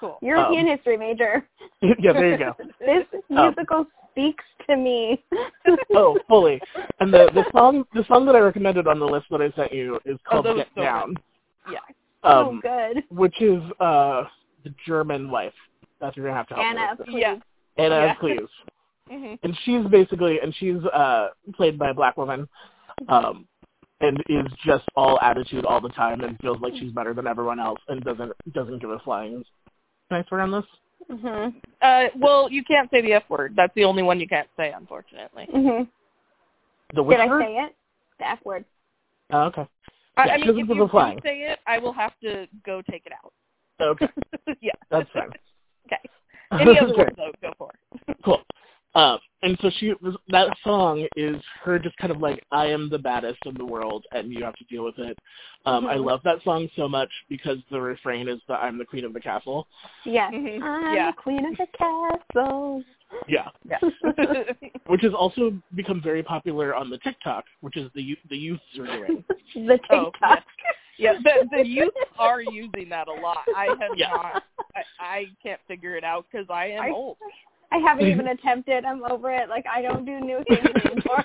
Cool.
European history major.
Um, yeah, there you go.
This musical speaks to me.
Oh, fully. And the the song the song that I recommended on the list that I sent you is
Oh,
called
that was
Get
so
Down,
Yeah.
um,
oh, good.
which is uh the German wife. That's what you're gonna have to help me
Anna,
with.
please.
Yeah.
Anna
yeah.
Cleves.
Mhm.
and she's basically and she's uh played by a black woman um and is just all attitude all the time and feels like she's better than everyone else and doesn't doesn't give a flying can i swear on this
Mhm.
Uh, well, you can't say the F word. That's the only one you can't say, unfortunately.
Mhm.
the
Did
witcher
I say it? The F word.
oh, okay
I,
Yeah,
I
she
mean,
doesn't
if
give
you
a flying.
do say it, I will have to go take it out.
okay
yeah.
that's fine
Okay. Any other
Okay.
word though, go for. it.
cool um and so she was that song is her just kind of like i am the baddest in the world and you have to deal with it um i
Mhm.
love that song so much because the refrain is that i'm the queen of the castle
Yes.
Mm-hmm.
Mhm.
I'm
Yeah.
the queen of the castle.
yeah which has also become very popular on the TikTok, which is the youth, the youths are doing.
the
Oh,
TikTok.
yeah. Yeah, the the youth are using that a lot. I have
Yeah.
not. I, I can't figure it out because I am
I-
old.
I haven't even attempted. I'm over it. Like I don't do new things anymore.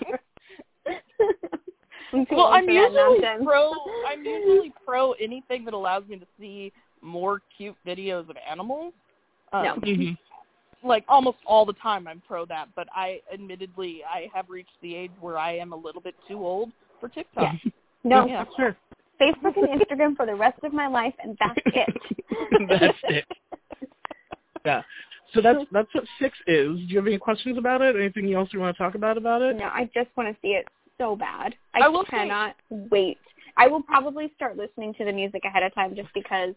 I'm too
well,
old
I'm
for that
usually
nonsense.
pro. I'm usually pro anything that allows me to see more cute videos of animals. Um,
No.
Mhm.
Like almost all the time, I'm pro that. But I, admittedly, I have reached the age where I am a little bit too old for TikTok.
no
Yeah.
Sure.
Facebook and Instagram for the rest of my life, and that's it.
that's it. Yeah. So that's that's what six is. Do you have any questions about it? Anything else you want to talk about about it?
No, I just want to see it so bad.
I
I,
will say-
cannot wait. I will probably start listening to the music ahead of time just because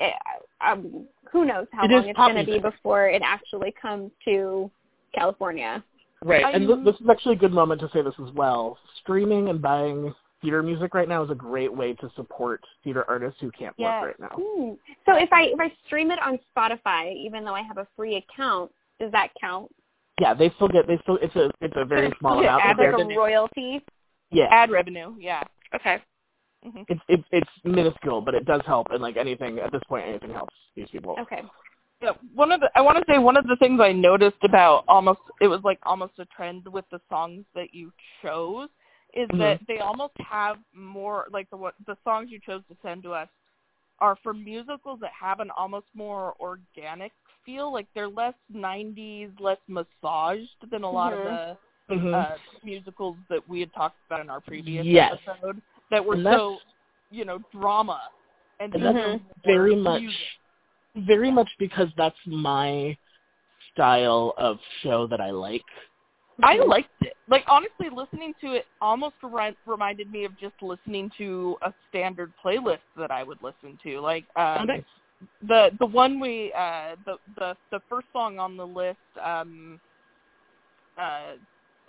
it, um, who knows how
It is
long it's
pop
going to be
music.
before it actually comes to California.
Right.
I
and
knew-
th- this is actually a good moment to say this as well. Streaming and buying theater music right now is a great way to support theater artists who can't
Yes.
work right now.
Hmm. So if I if I stream it on Spotify, even though I have a free account, does that count?
Yeah, they still get they still it's a it's a very small
Yeah,
amount
add
of
like
their
a royalty?
yeah.
Ad revenue, yeah.
Okay.
hmm
It's it's it's minuscule, but it does help and like anything at this point anything helps these people.
Okay.
Yeah, one of the I want to say one of the things I noticed about almost it was like almost a trend with the songs that you chose is
Mm-hmm.
that they almost have more like the what the songs you chose to send to us are for musicals that have an almost more organic feel like they're less 90s less massaged than a lot
Mhm.
of the
Mhm.
uh musicals that we had talked about in our previous
Yes.
episode that were
And that's-
so you know drama and,
And
just
that's
very
more
much
music.
very much because that's my style of show that I like.
I liked it. Like honestly, listening to it almost remi- reminded me of just listening to a standard playlist that I would listen to. Like um, the the one we uh, the the the first song on the list um, uh,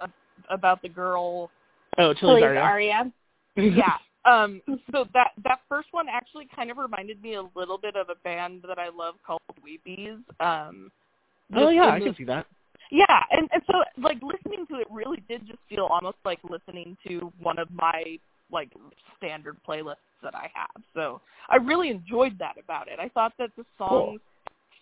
ab- about the girl.
Oh, Chili's
Chili's
Aria.
Aria.
Yeah. Um, so that that first one actually kind of reminded me a little bit of a band that I love called Weebies. Um,
Oh
just
yeah,
in
I
the-
can see that.
yeah, and, and so like listening to it really did just feel almost like listening to one of my like standard playlists that I have. So I really enjoyed that about it. I thought that the songs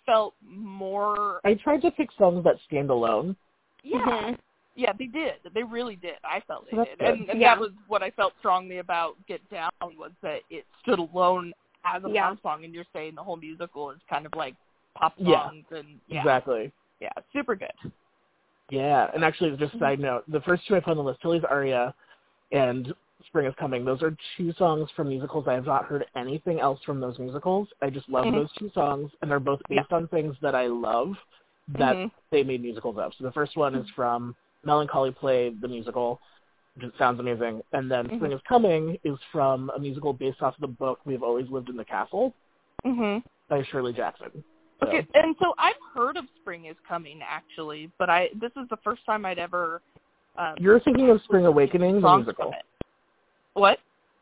felt more
I tried to pick songs that stand alone.
yeah.
Mhm.
Yeah, they did. They really did. I felt they
So Mm-hmm. that's
did.
good.
And, and
Yeah.
that was what I felt strongly about Get Down was that it stood alone as a
Yeah.
pop song and you're saying the whole musical is kind of like pop
Yeah.
songs and yeah.
Exactly.
Yeah, super good.
Yeah, and actually, just a side note, the first two I put on the list, Chili's Aria and Spring is Coming, those are two songs from musicals. I have not heard anything else from those musicals. I just love
Mhm.
those two songs, and they're both based on things that I love that
Mhm.
they made musicals of. So the first one is from Melancholy Play, the musical, which is- sounds amazing, and then
Mhm.
Spring is Coming is from a musical based off the book We've Always Lived in the Castle
Mhm.
by Shirley Jackson. So,
Okay, and so I've heard of Spring is Coming actually, but I this is the first time I'd ever um,
You're thinking of Spring Awakening, the
songs
musical.
from it. What?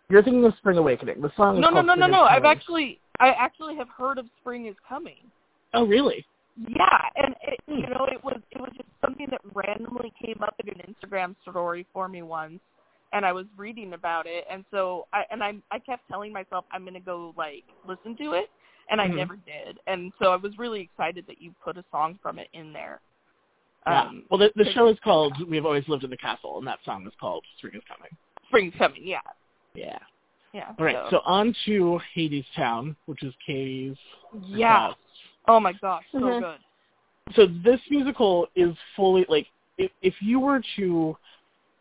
You're thinking of Spring Awakening. The song is
No, no,
called
no, no,
Spring is
no. I've
Coming.
actually I actually have heard of Spring is Coming.
Oh, really?
Yeah, and it, you know it was it was just something that randomly came up in an Instagram story for me once, and I was reading about it, and so I and I I kept telling myself I'm gonna go like listen to it, and I
Mhm.
never did, and so I was really excited that you put a song from it in there. Um,
well, the, the show is called "We've Always Lived in the Castle," and that song is called "Spring Is Coming."
spring's coming. Yeah,
Yeah.
yeah.
All right. So, on to Hades Town, which is Katie's.
yeah.
house.
Oh my gosh, so
Mm-hmm.
Mhm.
good.
So this musical is fully like if if you were to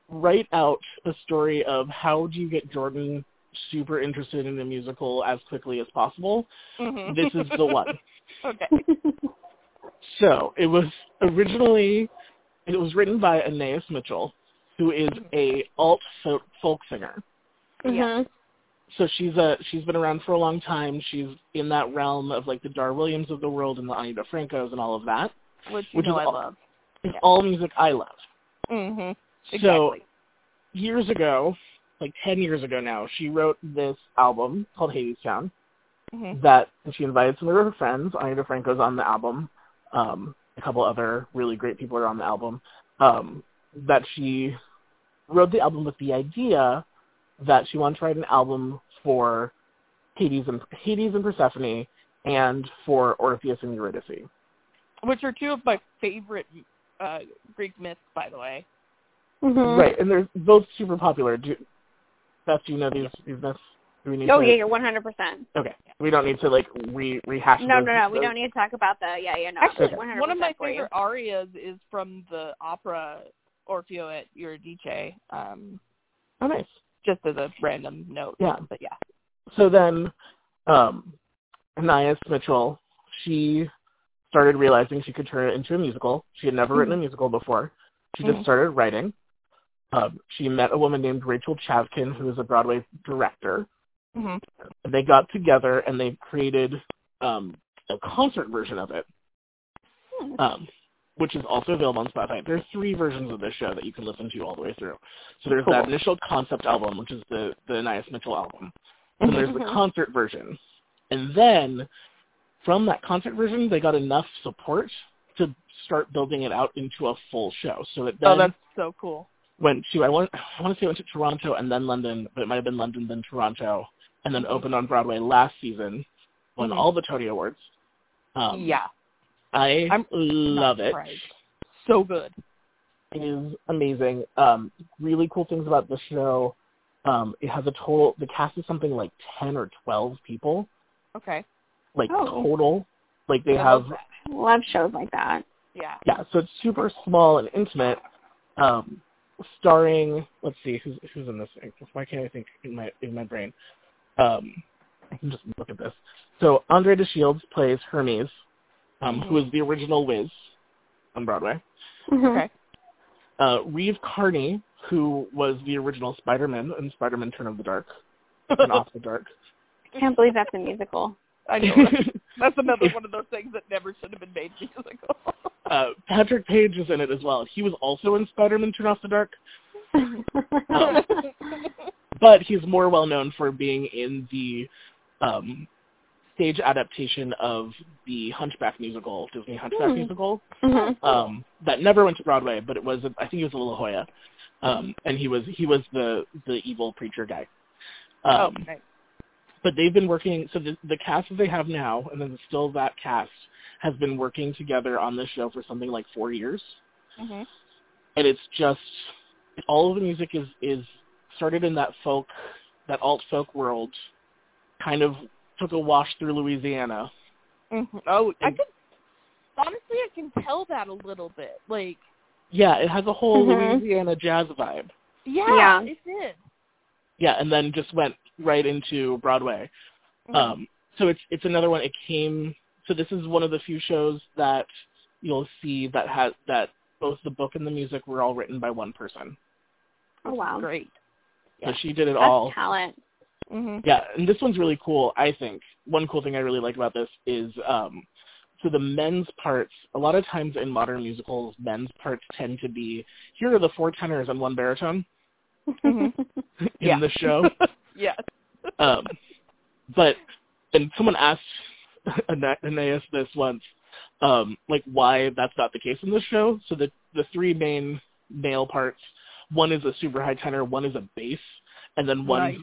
write out a story of how do you get Jordan super interested in a musical as quickly as possible,
Mhm.
this is the one.
okay.
Mm-hmm.
So it was originally it was written by Aeneas Mitchell, who is a alt folk folk singer.
Yeah.
Mhm.
so she's a she's been around for a long time. She's in that realm of like the Dar Williams of the world and the Anita Francos and all of that.
Which you
Which is
know I
all-
love.
It's
Yeah.
all music I love.
Mhm.
So
Exactly.
years ago, like ten years ago now, she wrote this album called Hades Town
Mhm.
that and she invited some of her friends. Anita Franco's on the album. Um, a couple other really great people are on the album. Um, that she wrote the album with the idea that she wanted to write an album for Hades and Hades and Persephone and for Orpheus and Eurydice.
Which are two of my favorite uh Greek myths, by the way.
Mhm.
Right, and they're both super popular. Do, Beth, do you know these these myths? Do we need
Oh
to,
yeah, you're 100. percent
Okay, we don't need to like re rehash.
No, no,
those-
no. We
those-
don't need to talk about the yeah, yeah, no.
Actually,
100%
one of my
for you.
favorite arias is from the opera Orfeo at Eurydice. Um,
Oh, nice.
just as a random note.
Yeah.
But yeah.
So then, um, Anais Mitchell, she started realizing she could turn it into a musical. She had never written a musical before. She just
Mhm.
started writing. Um, she met a woman named Rachel Chavkin, who is a Broadway director.
hmm
they got together and they created um, a concert version of it,
Hmm.
um, which is also available on Spotify. There are three versions of this show that you can listen to all the way through. So there's that
Cool.
initial concept album, which is the the Anais Mitchell album. And there's the
Mm-hmm.
Mhm.
concert version, and then from that concert version, they got enough support to start building it out into a full show. So it then
Oh, that's so cool.
went to I want I want to say I went to Toronto and then London, but it might have been London then Toronto, and then opened on Broadway last season, won
Mhm.
all the Tony Awards. Um,
yeah.
I
I'm
love
Not
it.
surprised. So good.
It is amazing. Um, really cool things about the show. Um, it has a total. The cast is something like ten or twelve people,
Okay.
like
Oh.
total. Like they
I
have
love that.
Love shows like that.
Yeah.
yeah, so it's super small and intimate. Um, starring, let's see, who's who's in this thing? Why can't I think in my in my brain? Um, I can just look at this. So Andre de Shields plays Hermes, um, who
Mm-hmm.
is the original Wiz on Broadway.
Mhm.
Okay.
Uh, Reeve Carney, who was the original Spider-Man in Spider-Man: Turn of the Dark and Off the Dark.
I can't believe that's a musical.
I know. That's another one of those things that never should have been made musical.
uh, Patrick Page is in it as well. He was also in Spider-Man: Turn Off the Dark. Um, but he's more well known for being in the um, stage adaptation of the Hunchback musical, Disney Hunchback
Hmm.
musical,
Mhm.
um, that never went to Broadway, but it was I think it was in La Jolla, um, and he was he was the the evil preacher guy.
oh,
Um,
nice.
But they've been working. So the, the cast that they have now, and then still that cast has been working together on this show for something like four years
hmm
and it's just all of the music is is started in that folk that alt folk world kind of took a wash through louisiana
hmm Oh, I
And-
could honestly, I can tell that a little bit. Like,
yeah it has a whole
Mhm.
louisiana jazz vibe
yeah,
Yeah.
it did.
yeah and then just went right into broadway
Mm-hmm.
um so it's it's another one it came so this is one of the few shows that you'll see that has that both the book and the music were all written by one person
Oh
um,
wow.
Great.
so she did it
That's
all
talent.
hmm
Yeah, and this one's really cool, I think. One cool thing I really like about this is um so the men's parts, a lot of times in modern musicals, men's parts tend to be here are the four tenors and one baritone
Mhm.
in
Yeah.
the show.
Yes.
um but and someone asked Ana- Anais this once, um, like why that's not the case in this show. So the the three main male parts, one is a super high tenor, one is a bass, and then one
Nice.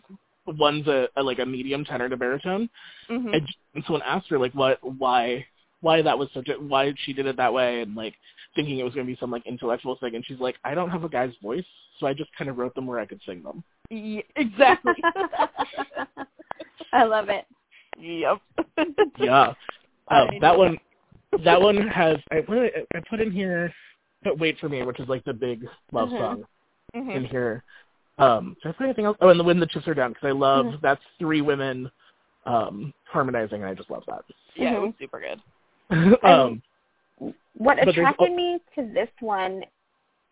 one's a, a like a medium tenor to baritone.
Mhm.
and, and someone asked her like what why why that was such a why she did it that way and like thinking it was going to be some like intellectual thing and she's like i don't have a guy's voice so i just kind of wrote them where i could sing them
Ye- exactly.
I love it.
yep.
yeah um,
I
that
know.
one that one has i put it- i put in here but wait for me which is like the big love
Mm-hmm.
Mhm.
song in
Mhm.
here um did i put anything else oh and the when the chips are down because i love that's three women um harmonizing and i just love that
Yeah, it
Mhm.
was super good.
um
what
But there's
attracted
al-
me to this one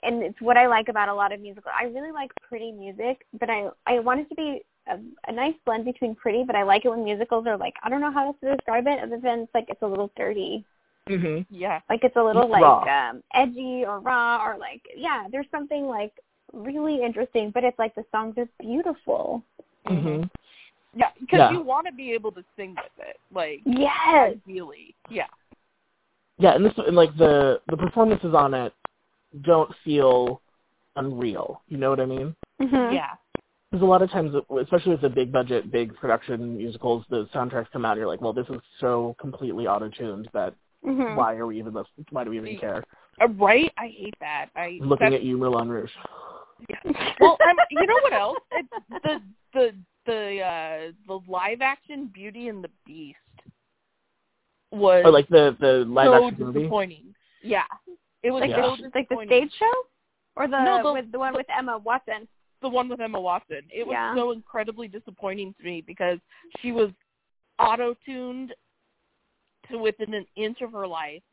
and it's what i like about a lot of musical i really like pretty music but i i want it to be a, a nice blend between pretty but i like it when musicals are like i don't know how else to describe it other than it's like it's a little dirty
mm-hmm,
mhm.
Yeah.
like it's a little like
Raw.
um edgy or raw or like yeah there's something like really interesting but it's like the songs are beautiful
Mhm.
Mm-hmm. Yeah, because
Yeah.
you want to be able to sing with it, like
yes
ideally. Yeah.
yeah, and this and like the the performances on it don't feel unreal. You know what I mean? Mm-hmm.
Mhm.
Yeah.
Because a lot of times, especially with the big budget, big production musicals, the soundtracks come out, and you're like, well, this is so completely auto tuned that
Mm-hmm.
Mhm.
why are we even lis- why do we even care?
Uh, Right? I hate that. I
Looking
that's,
at you, Moulin Rouge.
Well, I'm, you know what else? It's the the the uh the live action Beauty and the Beast was
Or Oh, like the the live
so
action movie.
disappointing. Yeah, it was
like
so
the like the
disappointing.
stage show or the,
No, the-
with the one with Emma Watson.
the one with Emma Watson. It was
Yeah.
so incredibly disappointing to me because she was auto tuned to within an inch of her life,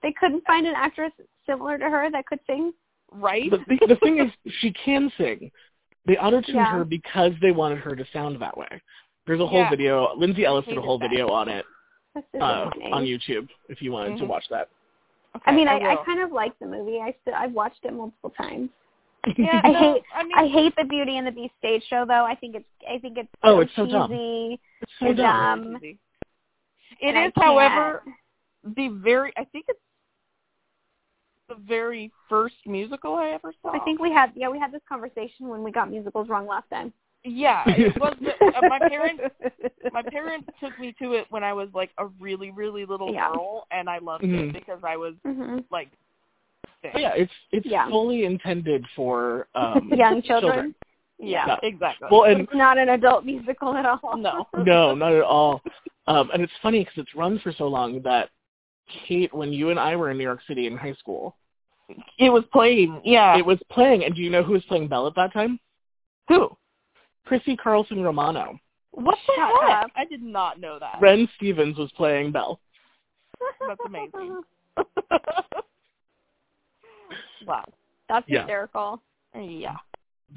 They couldn't find an actress similar to her that could sing.
right?
The, the, the thing is, she can sing. They auto-tuned
Yeah.
her because they wanted her to sound that way. There's a whole
Yeah.
video. Lindsay Ellis
I
did a
hated
whole
that.
video on it
That's
uh,
disappointing.
on YouTube if you wanted to
Mhm.
watch that.
I mean, I,
I,
I,
will.
kind of like the movie. I still I've watched it multiple times.
yeah,
I
no,
hate-
I mean,
I hate the Beauty and the Beast stage show though. I think it's I think it's
Oh, it's so dumb.
cheesy.
It's so
It's,
dumb.
um,
It is,
and I can't-
however, the very. I think it's the very first musical I ever saw.
I think we had yeah we had this conversation when we got musicals wrong last time.
Yeah, it was. uh, my parents my parents took me to it when I was like a really, really little
Yeah.
girl, and I loved
Mhm.
it because I was
Mhm.
like sick.
But yeah, it's it's
Yeah.
fully intended for um
Young children.
children.
Yeah,
Yeah.
exactly.
Well, and
It's not an adult musical at all.
No.
no, not at all. Um, and it's funny because it's run for so long that Kate, when you and I were in New York City in high school,
it was playing. Yeah.
it was playing. And do you know who was playing Belle at that time?
Who?
Chrissy Carlson Romano.
What the
Shut
heck?
up.
I did not know that.
Ren Stevens was playing Belle.
That's amazing. wow.
That's
Yeah.
hysterical.
Yeah.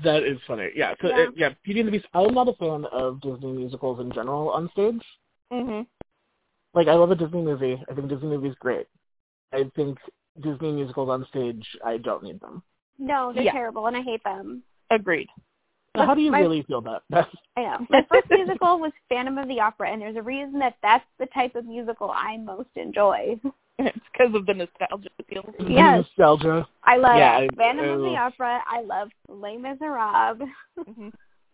That is funny. Yeah. So
Yeah.
It, yeah, Beauty and the Beast. I'm not a fan of Disney musicals in general on stage.
Mhm.
Like I love a Disney movie. I think Disney movies great. I think Disney musicals on stage. I don't need them.
No, they're
Yeah.
terrible and I hate them.
Agreed.
So how do you
My-
really feel about that?
I know. My first musical was Phantom of the Opera, and there's a reason that that's the type of musical I most enjoy.
It's because of the nostalgia appeal.
Yes.
Nostalgia.
I love
Yeah, I-
Phantom of the
oh.
Opera. I love Les Miserables.
hmm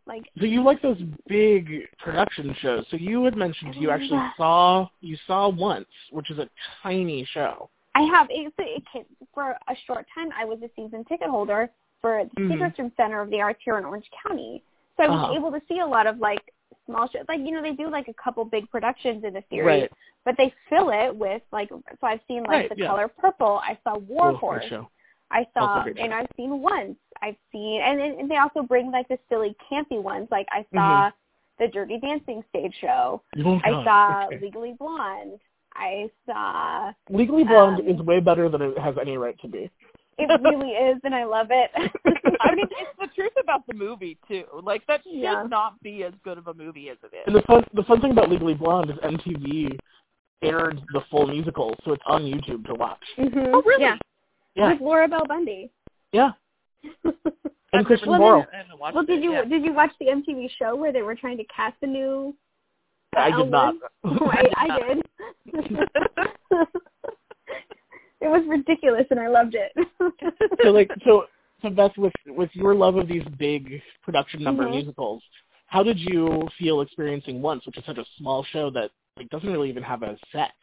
Like
So you like those big production shows. So you had mentioned you actually
Yeah.
saw you saw once, which is a tiny show.
I have it, it can, for a short time. I was a season ticket holder for the
Mhm.
Seagristrom Center of the Arts here in Orange County, so I was
Uh-huh.
able to see a lot of like small shows. Like you know, they do like a couple big productions in a series,
Right.
but they fill it with like. So I've seen like
Right,
The
yeah.
Color Purple. I saw War
Oh, great
Horse.
show.
I saw,
Also great
and
show.
I've seen once. I've seen, and, then- and they also bring like the silly campy ones. Like I saw the Dirty Dancing stage show.
Mm-hmm. Oh,
I
God.
saw
Okay.
Legally Blonde. I saw.
Legally Blonde
um,
is way better than it has any right to be.
It really is, and I love it.
I mean, it's the truth about the movie too. Like that should
Yeah.
not be as good of a movie as it is.
And the fun the fun thing about Legally Blonde is MTV aired the full musical, so it's on YouTube to watch.
Mhm.
Oh, really?
Yeah.
Mm-hmm. Yeah.
With Laura Bell Bundy.
Yeah. And
I've
Christian
never-
Borle.
I haven't watched
well, did
it
you
yet.
did you watch the MTV show where they were trying to cast a new?
I did not.
right, I did. it was ridiculous, and I loved it.
so like so so Beth with with your love of these big production number
Mhm.
musicals, how did you feel experiencing once, which is such a small show that like doesn't really even have a set.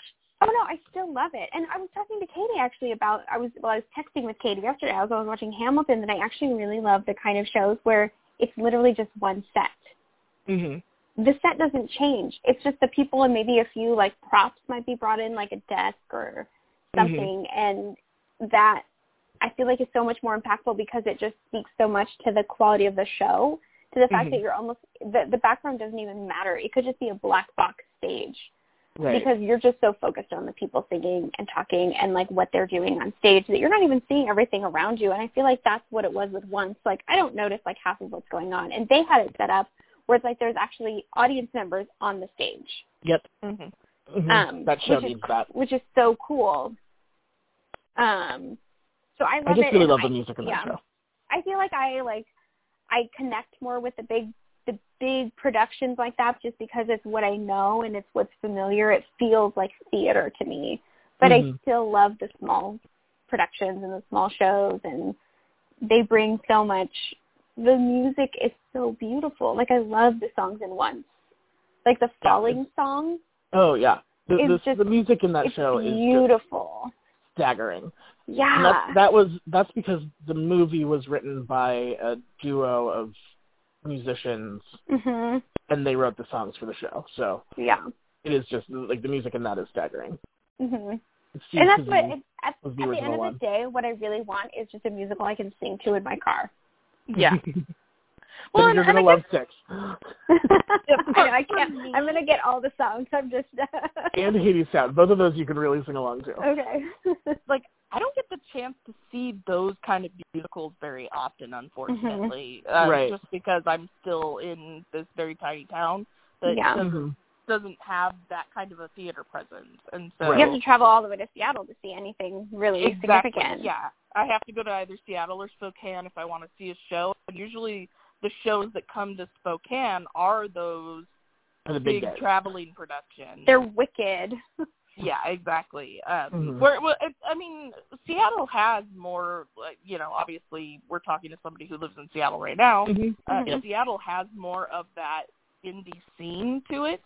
Oh no, I still love it. And I was talking to Katie actually about I was well, I was texting with Katie yesterday as I was watching Hamilton that I actually really love the kind of shows where it's literally just one set.
Mm-hmm.
The set doesn't change. It's just the people and maybe a few like props might be brought in, like a desk or something, and that I feel like is so much more impactful because it just speaks so much to the quality of the show, to the fact
Mhm.
that you're almost the the background doesn't even matter. It could just be a black box stage
Right.
because you're just so focused on the people singing and talking and like what they're doing on stage that you're not even seeing everything around you and i feel like that's what it was with once like i don't notice like half of what's going on and they had it set up where it's like there's actually audience members on the stage
yep.
Mhm.
Mhm.
um,
that show
which is-
needs that.
which is so cool um so i love
I just
it
really
and
love
I-
the music in
yeah.
that show.
I feel like I like I connect more with the big the big productions like that just because it's what I know and it's what's familiar. It feels like theater to me. But I
Mhm.
still love the small productions and the small shows and they bring so much the music is so beautiful. Like I love the songs in once. Like the
Yeah,
falling song.
Oh yeah. The
It's
the,
just-
the music in that
It's
show is just
beautiful.
staggering.
Yeah.
And that's, that was that's because the movie was written by a duo of musicians,
mhm.
and they wrote the songs for the show. So
Yeah.
it is just like the music in that is staggering.
Mhm.
Steve
And that's what
Kazee-
it, at,
was
at
the
the
original
end of
one.
the day, what I really want is just a musical I can sing to in my car.
Mm-hmm.
Yeah.
Then
Well, and,
you're
and
gonna
I
love six
I know, I can't. I'm gonna get all the songs. I'm just
and Hades Town. Both of those you can really sing along
Oh,
to.
okay.
I don't get the chance to see those kind of musicals very often, unfortunately,
Mm-hmm.
uh,
Right.
just because I'm still in this very tiny town that
Yeah.
doesn't,
Mhm.
doesn't have that kind of a theater presence, and so
Right.
You have to travel all the way to Seattle to see anything really
exactly,
significant.
yeah, I have to go to either Seattle or Spokane if I want to see a show. And usually, the shows that come to Spokane are those
And the big guys.
traveling productions.
They're wicked.
Yeah, exactly. Um,
Mhm.
Where, well, it, I mean, Seattle has more. Like, you know, obviously, we're talking to somebody who lives in Seattle right now.
Mhm.
Uh,
Mhm.
Seattle has more of that indie scene to it.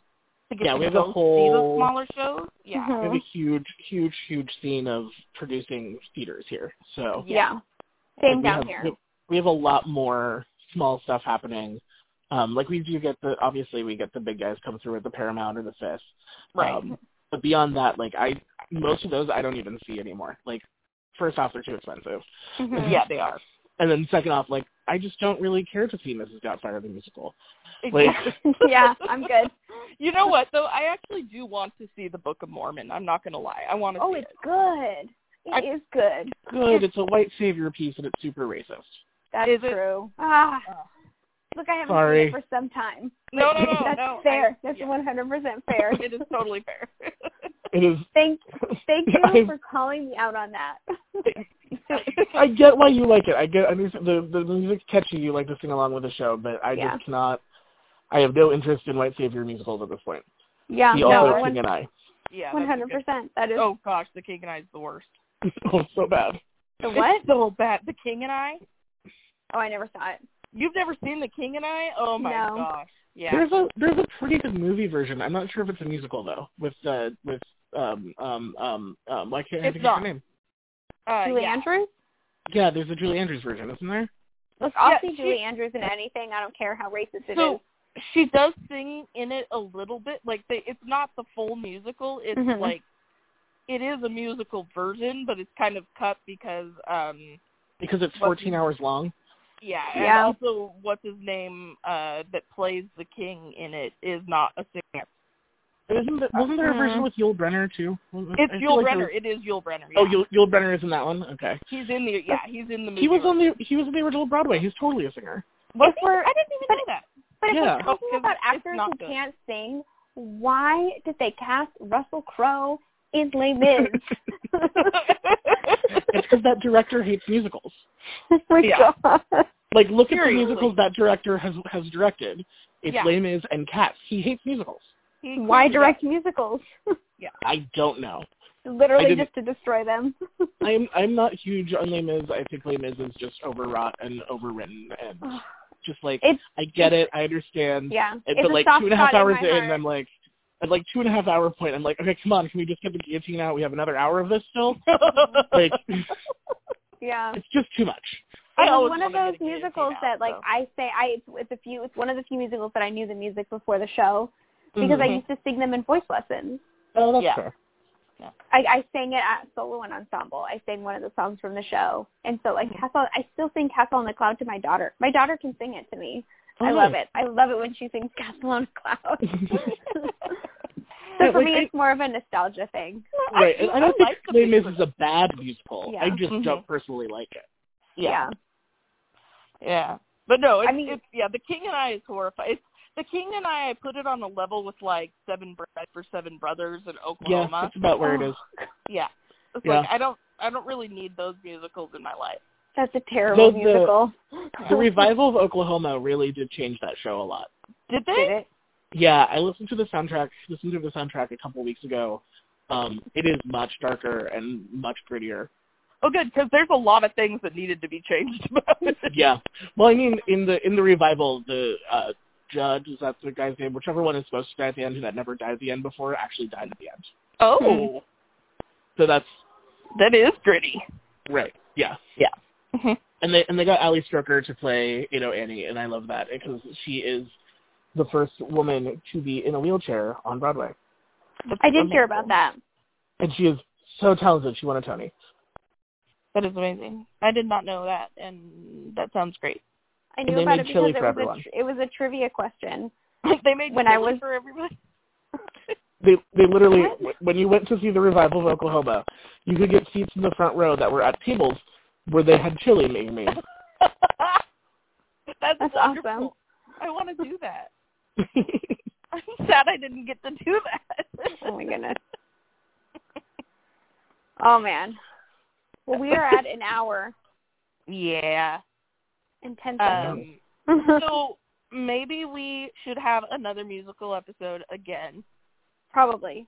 To get
Yeah,
to
we have
go
a
see
whole-
the smaller shows. Yeah,
We have
Mhm.
a huge, huge, huge scene of producing theaters here. So
Yeah. Same
like,
down
we have,
here.
We have a lot more small stuff happening. Um, like we do get the obviously we get the big guys come through with the Paramount or the Fifth.
right.
Um, but beyond that, like I most of those I don't even see anymore. Like first off, they're too expensive,
Mhm.
yeah, they are.
and then second off, like I just don't really care to see Mrs. Doubtfire the musical. Like
yeah, I'm good.
You know what though? I actually do want to see the Book of Mormon. I'm not going to lie. I want to
Oh,
see
it's good.
I-
It is good.
good, it's a white savior piece and it's super racist.
That
Is
is
it-
true. Ah,
Oh.
look, I haven't
Sorry.
seen it for some time.
No, no, no,
That's
no,
fair.
I-
That's
yeah.
100% fair.
it is totally fair.
It is.
Thank, thank you
I-
for calling me out on that.
I get why you like it. I get. I mean, the the music's catchy. You like to sing along with the show, but I
Yeah.
just cannot. I have no interest in white savior musicals at this point.
yeah,
the
no,
also
one-
King and I.
yeah, that's a good-
100%. That is
Oh gosh, the King and I is the worst.
oh, so bad.
the what?
It's so bad. The King and I.
Oh, I never saw it.
You've never seen The King and I? Oh my
No.
gosh. Yeah.
There's a there's a pretty good movie version. I'm not sure if it's a musical though. With uh with um um um um I can't I
It's
think of her
not.
name.
Uh,
Julie
yeah.
Andrews?
Yeah, there's a Julie Andrews version, isn't there?
Look, I'll
Yeah,
see
she-
Julie Andrews in anything. I don't care how racist it is.
So she does sing in it a little bit. Like they, it's not the full musical. It's
Mhm.
like it is a musical version, but it's kind of cut because um
Because it's
What-
14 hours long.
yeah,
Yeah.
and also what's his name uh that plays the king in it is not a singer.
Isn't that, wasn't there a version
Mhm.
with Yul Brenner too?
Mm-hmm.
Wasn't-
Mm-hmm. It's
I feel
Yul
like there
Brenner.
was-
It is Yul Brenner.
Oh,
yeah.
Yul, Yul Brenner is in that one. Okay.
He's in the yeah. He's in the movie.
He was
version.
on the he was in the original Broadway. He's totally a singer.
Was
If
he?
we're-
I didn't even
but-
know that.
But if
Yeah.
we're talking
Oh, 'cause
about
it's
actors
not
who
good.
can't sing, why did they cast Russell Crowe in Les Mis?
It's because that director hates musicals.
oh my
Yeah.
god.
Like, look at the
Seriously.
musicals that director has has directed. It's
Yeah.
Les Mis and Cats. He hates musicals.
He
Why
clearly
direct musicals?
I don't know. I
Literally
didn't-
just to destroy them.
I'm I'm not huge on Les Mis. I think Les Mis is just overwrought and overwritten, and
Mm.
just like
It's-
I get it, I understand.
yeah.
And-
it's
but
a
like
soft
two and a half
spot
hours
in, my heart.
I'm like, at like two and a half hour point, I'm like, okay, come on, can we just get the guillotine out? We have another hour of this still.
does.
like,
yeah.
it's just too much.
I
It was
always
one of
wanted
those
to get a guillotine
musicals
out,
that like
so.
I say I it's, it's a few it's one of the few musicals that I knew the music before the show because I
Mm-hmm.
Mhm.
used to sing them in voice lessons.
oh, that's
Yeah.
fair.
I, I sang it at solo and ensemble. I sang one of the songs from the show, and so like Castle, I still sing Castle on the Cloud to my daughter. My daughter can sing it to me. I
Oh,
love
nice.
it. I love it when she sings Castle on a Cloud.
Yeah,
so for
like,
me,
I-
it's more of a nostalgia thing.
Right, and
I,
I don't think
like the
Les Mis
music.
is a bad musical.
Yeah. Mm-hmm.
I just
Mhm.
don't personally like it.
Yeah, yeah. But no, it's,
I mean-
it's yeah. The King and I is horrifying. It's, the King and I, I put it on a level with like Seven Bread for Seven Brothers in
Yeah,
Oklahoma.
that's about where it is.
Yeah, it's
Yeah.
like I don't, I don't really need those musicals in my life.
That's a terrible
Those, uh,
musical.
The revival of Oklahoma really did change that show a lot.
Did they?
Did it?
Yeah, I listened to the soundtrack. Listened to the soundtrack a couple weeks ago. Um, it is much darker and much prettier.
Oh, good, because there's a lot of things that needed to be changed about it.
Yeah. Well, I mean, in the in the revival, the uh, judge is that the guy's name, whichever one is supposed to die at the end and that never died at the end Mm-hmm. before, actually died at the end.
Oh,
So that's
that Oh, is gritty.
Right. Yeah.
Yeah.
Mhm.
Mm-hmm.
And they and they got Ali Stroker to play, you know, Annie, and I love that because she is the first woman to be in a wheelchair on Broadway,
I did hear about that.
and she is so talented. She won a Tony.
That is amazing. I did not know that, and that sounds great.
I
And
knew
they
about
made
it
chili
because
for
it was
everyone.
a tr- it was a trivia question.
they made
When I
chili
was-
for everybody.
They they literally
What?
when you went to see the revival of Oklahoma, you could get seats in the front row that were at tables where they had chili being made.
That's,
That's
wonderful.
awesome.
I want to do that. I'm sad I didn't get to do that.
Oh my goodness. Oh man. Well, we are at an hour
Yeah.
and ten seconds.
Um, so maybe we should have another musical episode again.
Probably.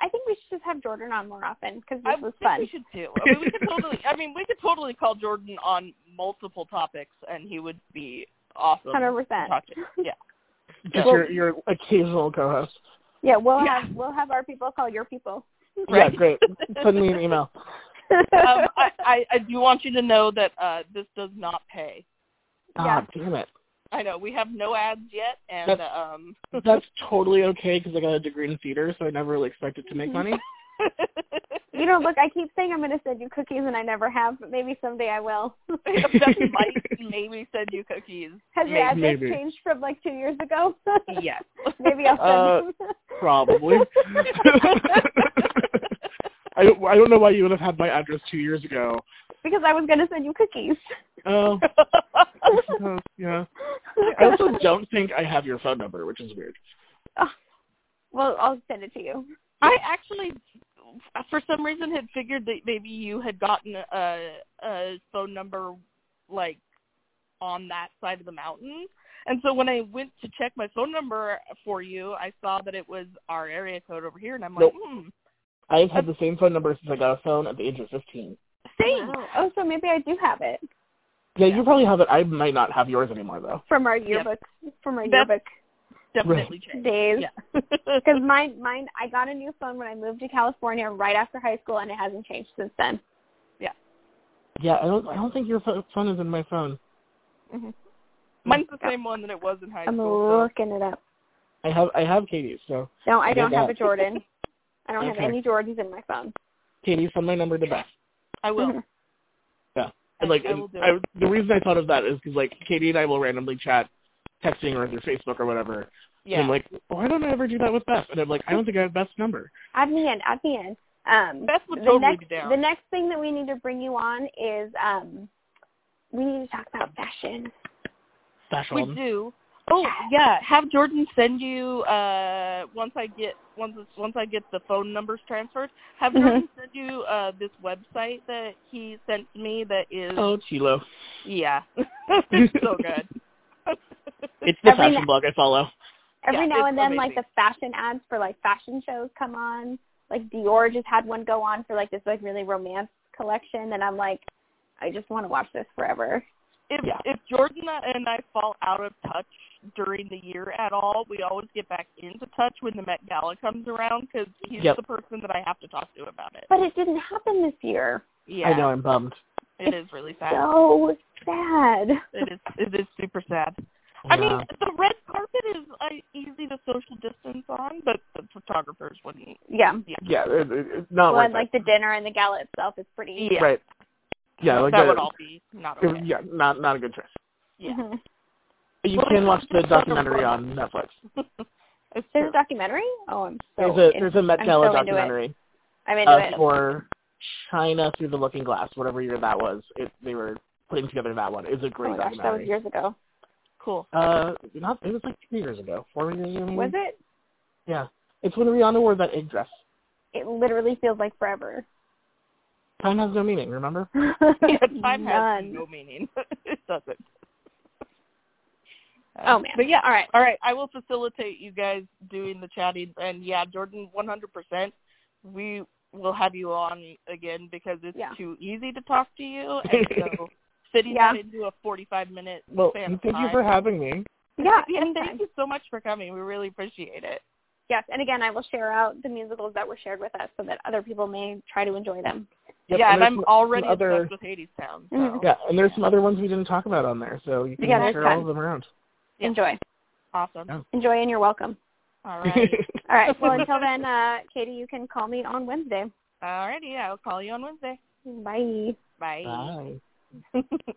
I think we should just have Jordan on more often because
I
this was
think
fun.
we should too. I mean, we could totally. I mean, we could totally call Jordan on multiple topics, and he would be awesome.
Hundred
to
percent.
talk to. Yeah.
Just
Well-
your your occasional co-host.
Yeah, we'll
Yeah.
have we'll have our people call your people.
Yeah, great. Send me an email.
um, I, I, I do want you to know that uh, this does not pay.
Yeah.
Ah, damn it.
I know we have no ads yet, and
That's-
um,
That's totally okay because I got a degree in theater, so I never really expected to make money.
Mm-hmm. you know, look, I keep saying I'm going to send you cookies, and I never have, but maybe someday I will.
Jeff might maybe send you cookies.
Has your address
Maybe.
changed from like two years ago?
Yes.
maybe I'll send
Uh,
them.
Probably. I don't, I don't know why you would have had my address two years ago.
because I was going to send you cookies.
Oh, I suppose, yeah. I also don't think I have your phone number, which is weird.
well, I'll send it to you.
I actually, for some reason, had figured that maybe you had gotten a, a phone number like on that side of the mountain. And so when I went to check my phone number for you, I saw that it was our area code over here, and I'm like,
Nope.
hmm,
I've had the same phone number since I got a phone at the age of 15.
same.
Wow. Oh, so maybe I do have it
Yeah, you probably have it. I might not have yours anymore, though.
from our yearbook from our
That's-
yearbook
Definitely changed.
days.
Yeah.
Because mine, mine, I got a new phone when I moved to California right after high school, and it hasn't changed since then.
Yeah, I don't. I don't think your pho- phone is in my phone.
Mine's the same one that it was in high
I'm
school.
looking it up.
I have. I have Katie's. So
No, I
Look at
don't have a
that.
Jordan. I don't have
Okay.
any Jordans in my phone.
Katie, send my number to Beth.
So I will.
And like,
I will do
I, the reason I thought of that is because like Katie and I will randomly chat, texting or through Facebook or whatever. And
Yeah.
I'm like, why don't I ever do that with Beth? And I'm like, I don't think I have Beth's number.
Add me in. Add me in. Um,
Beth would
the
totally
next,
be down.
The next thing that we need to bring you on is um, we need to talk about fashion.
We
Fashion.
do. Oh yeah, have Jordan send you uh once I get once it's- once I get the phone numbers transferred. Have
Mm-hmm.
Mhm.
Jordan send you uh this website that he sent to me that is
Oh, Chilo.
yeah, it's so good.
It's the
Every
fashion
na-
blog I follow.
Every
Yeah,
now
it's
and then, like
amazing.
the fashion ads for like fashion shows come on. Like Dior just had one go on for like this like really romance collection, and I'm like, I just want to watch this forever.
If
Yeah.
if Jordan and I fall out of touch during the year at all, we always get back into touch when the Met Gala comes around because he's
Yep.
the person that I have to talk to about it.
But it didn't happen this year.
Yeah,
I know I'm bummed.
it is really sad.
So sad.
It is it is super sad. I mean,
Yeah.
the red carpet is uh, easy to social distance on, but the photographers wouldn't. e-,
Yeah.
yeah, it, it, it's not
well,
worth
and, like the dinner and the gala itself is pretty.
it.
Yeah,
Right. Yeah, like uh,
that would
the-
all be not okay.
Yeah, not not a good choice.
Yeah.
Mhm.
But you
Well,
can
it's
watch the
just like a
documentary
blog.
on Netflix.
It's
There's
true.
a documentary. Oh, I'm so.
There's a
in-
there's a Met
I'm
Gala
so into it.
documentary
I'm into
uh,
it.
for China through the Looking Glass, whatever year that was. It, they were putting together that one. It's a
Oh
great
my gosh, that was
documentary.
years ago.
cool.
uh, not it was like three years ago, four years ago. Maybe?
Was it?
Yeah, it's when Rihanna wore that egg dress.
It literally feels like forever.
Time has no meaning. Remember?
Yeah, time has
None.
no meaning. it doesn't.
Oh man.
But yeah,
All right.
all right. I will facilitate you guys doing the chatting, and yeah, Jordan, one hundred percent. We will have you on again because it's
Yeah.
too easy to talk to you, and so fitting
Yeah.
that into a forty-five minute
Well,
span of
thank you
time.
for having me.
Yeah.
and
anytime.
thank you so much for coming. We really appreciate it.
Yes, and again, I will share out the musicals that were shared with us so that other people may try to enjoy them.
Yep,
yeah, and,
there's
I'm
some-
already
some other-
obsessed with Hades Town. So.
Mhm.
Yeah, and there's some other ones we didn't talk about on there, so you can
Yeah, there's
share all
tons.
of them around.
Yeah.
Enjoy.
Awesome.
Yeah.
Enjoy and you're welcome.
All right.
All right. Well, until then, uh, Katie, you can call me on Wednesday.
All righty. I'll call you on Wednesday.
Bye.
Bye.
Bye.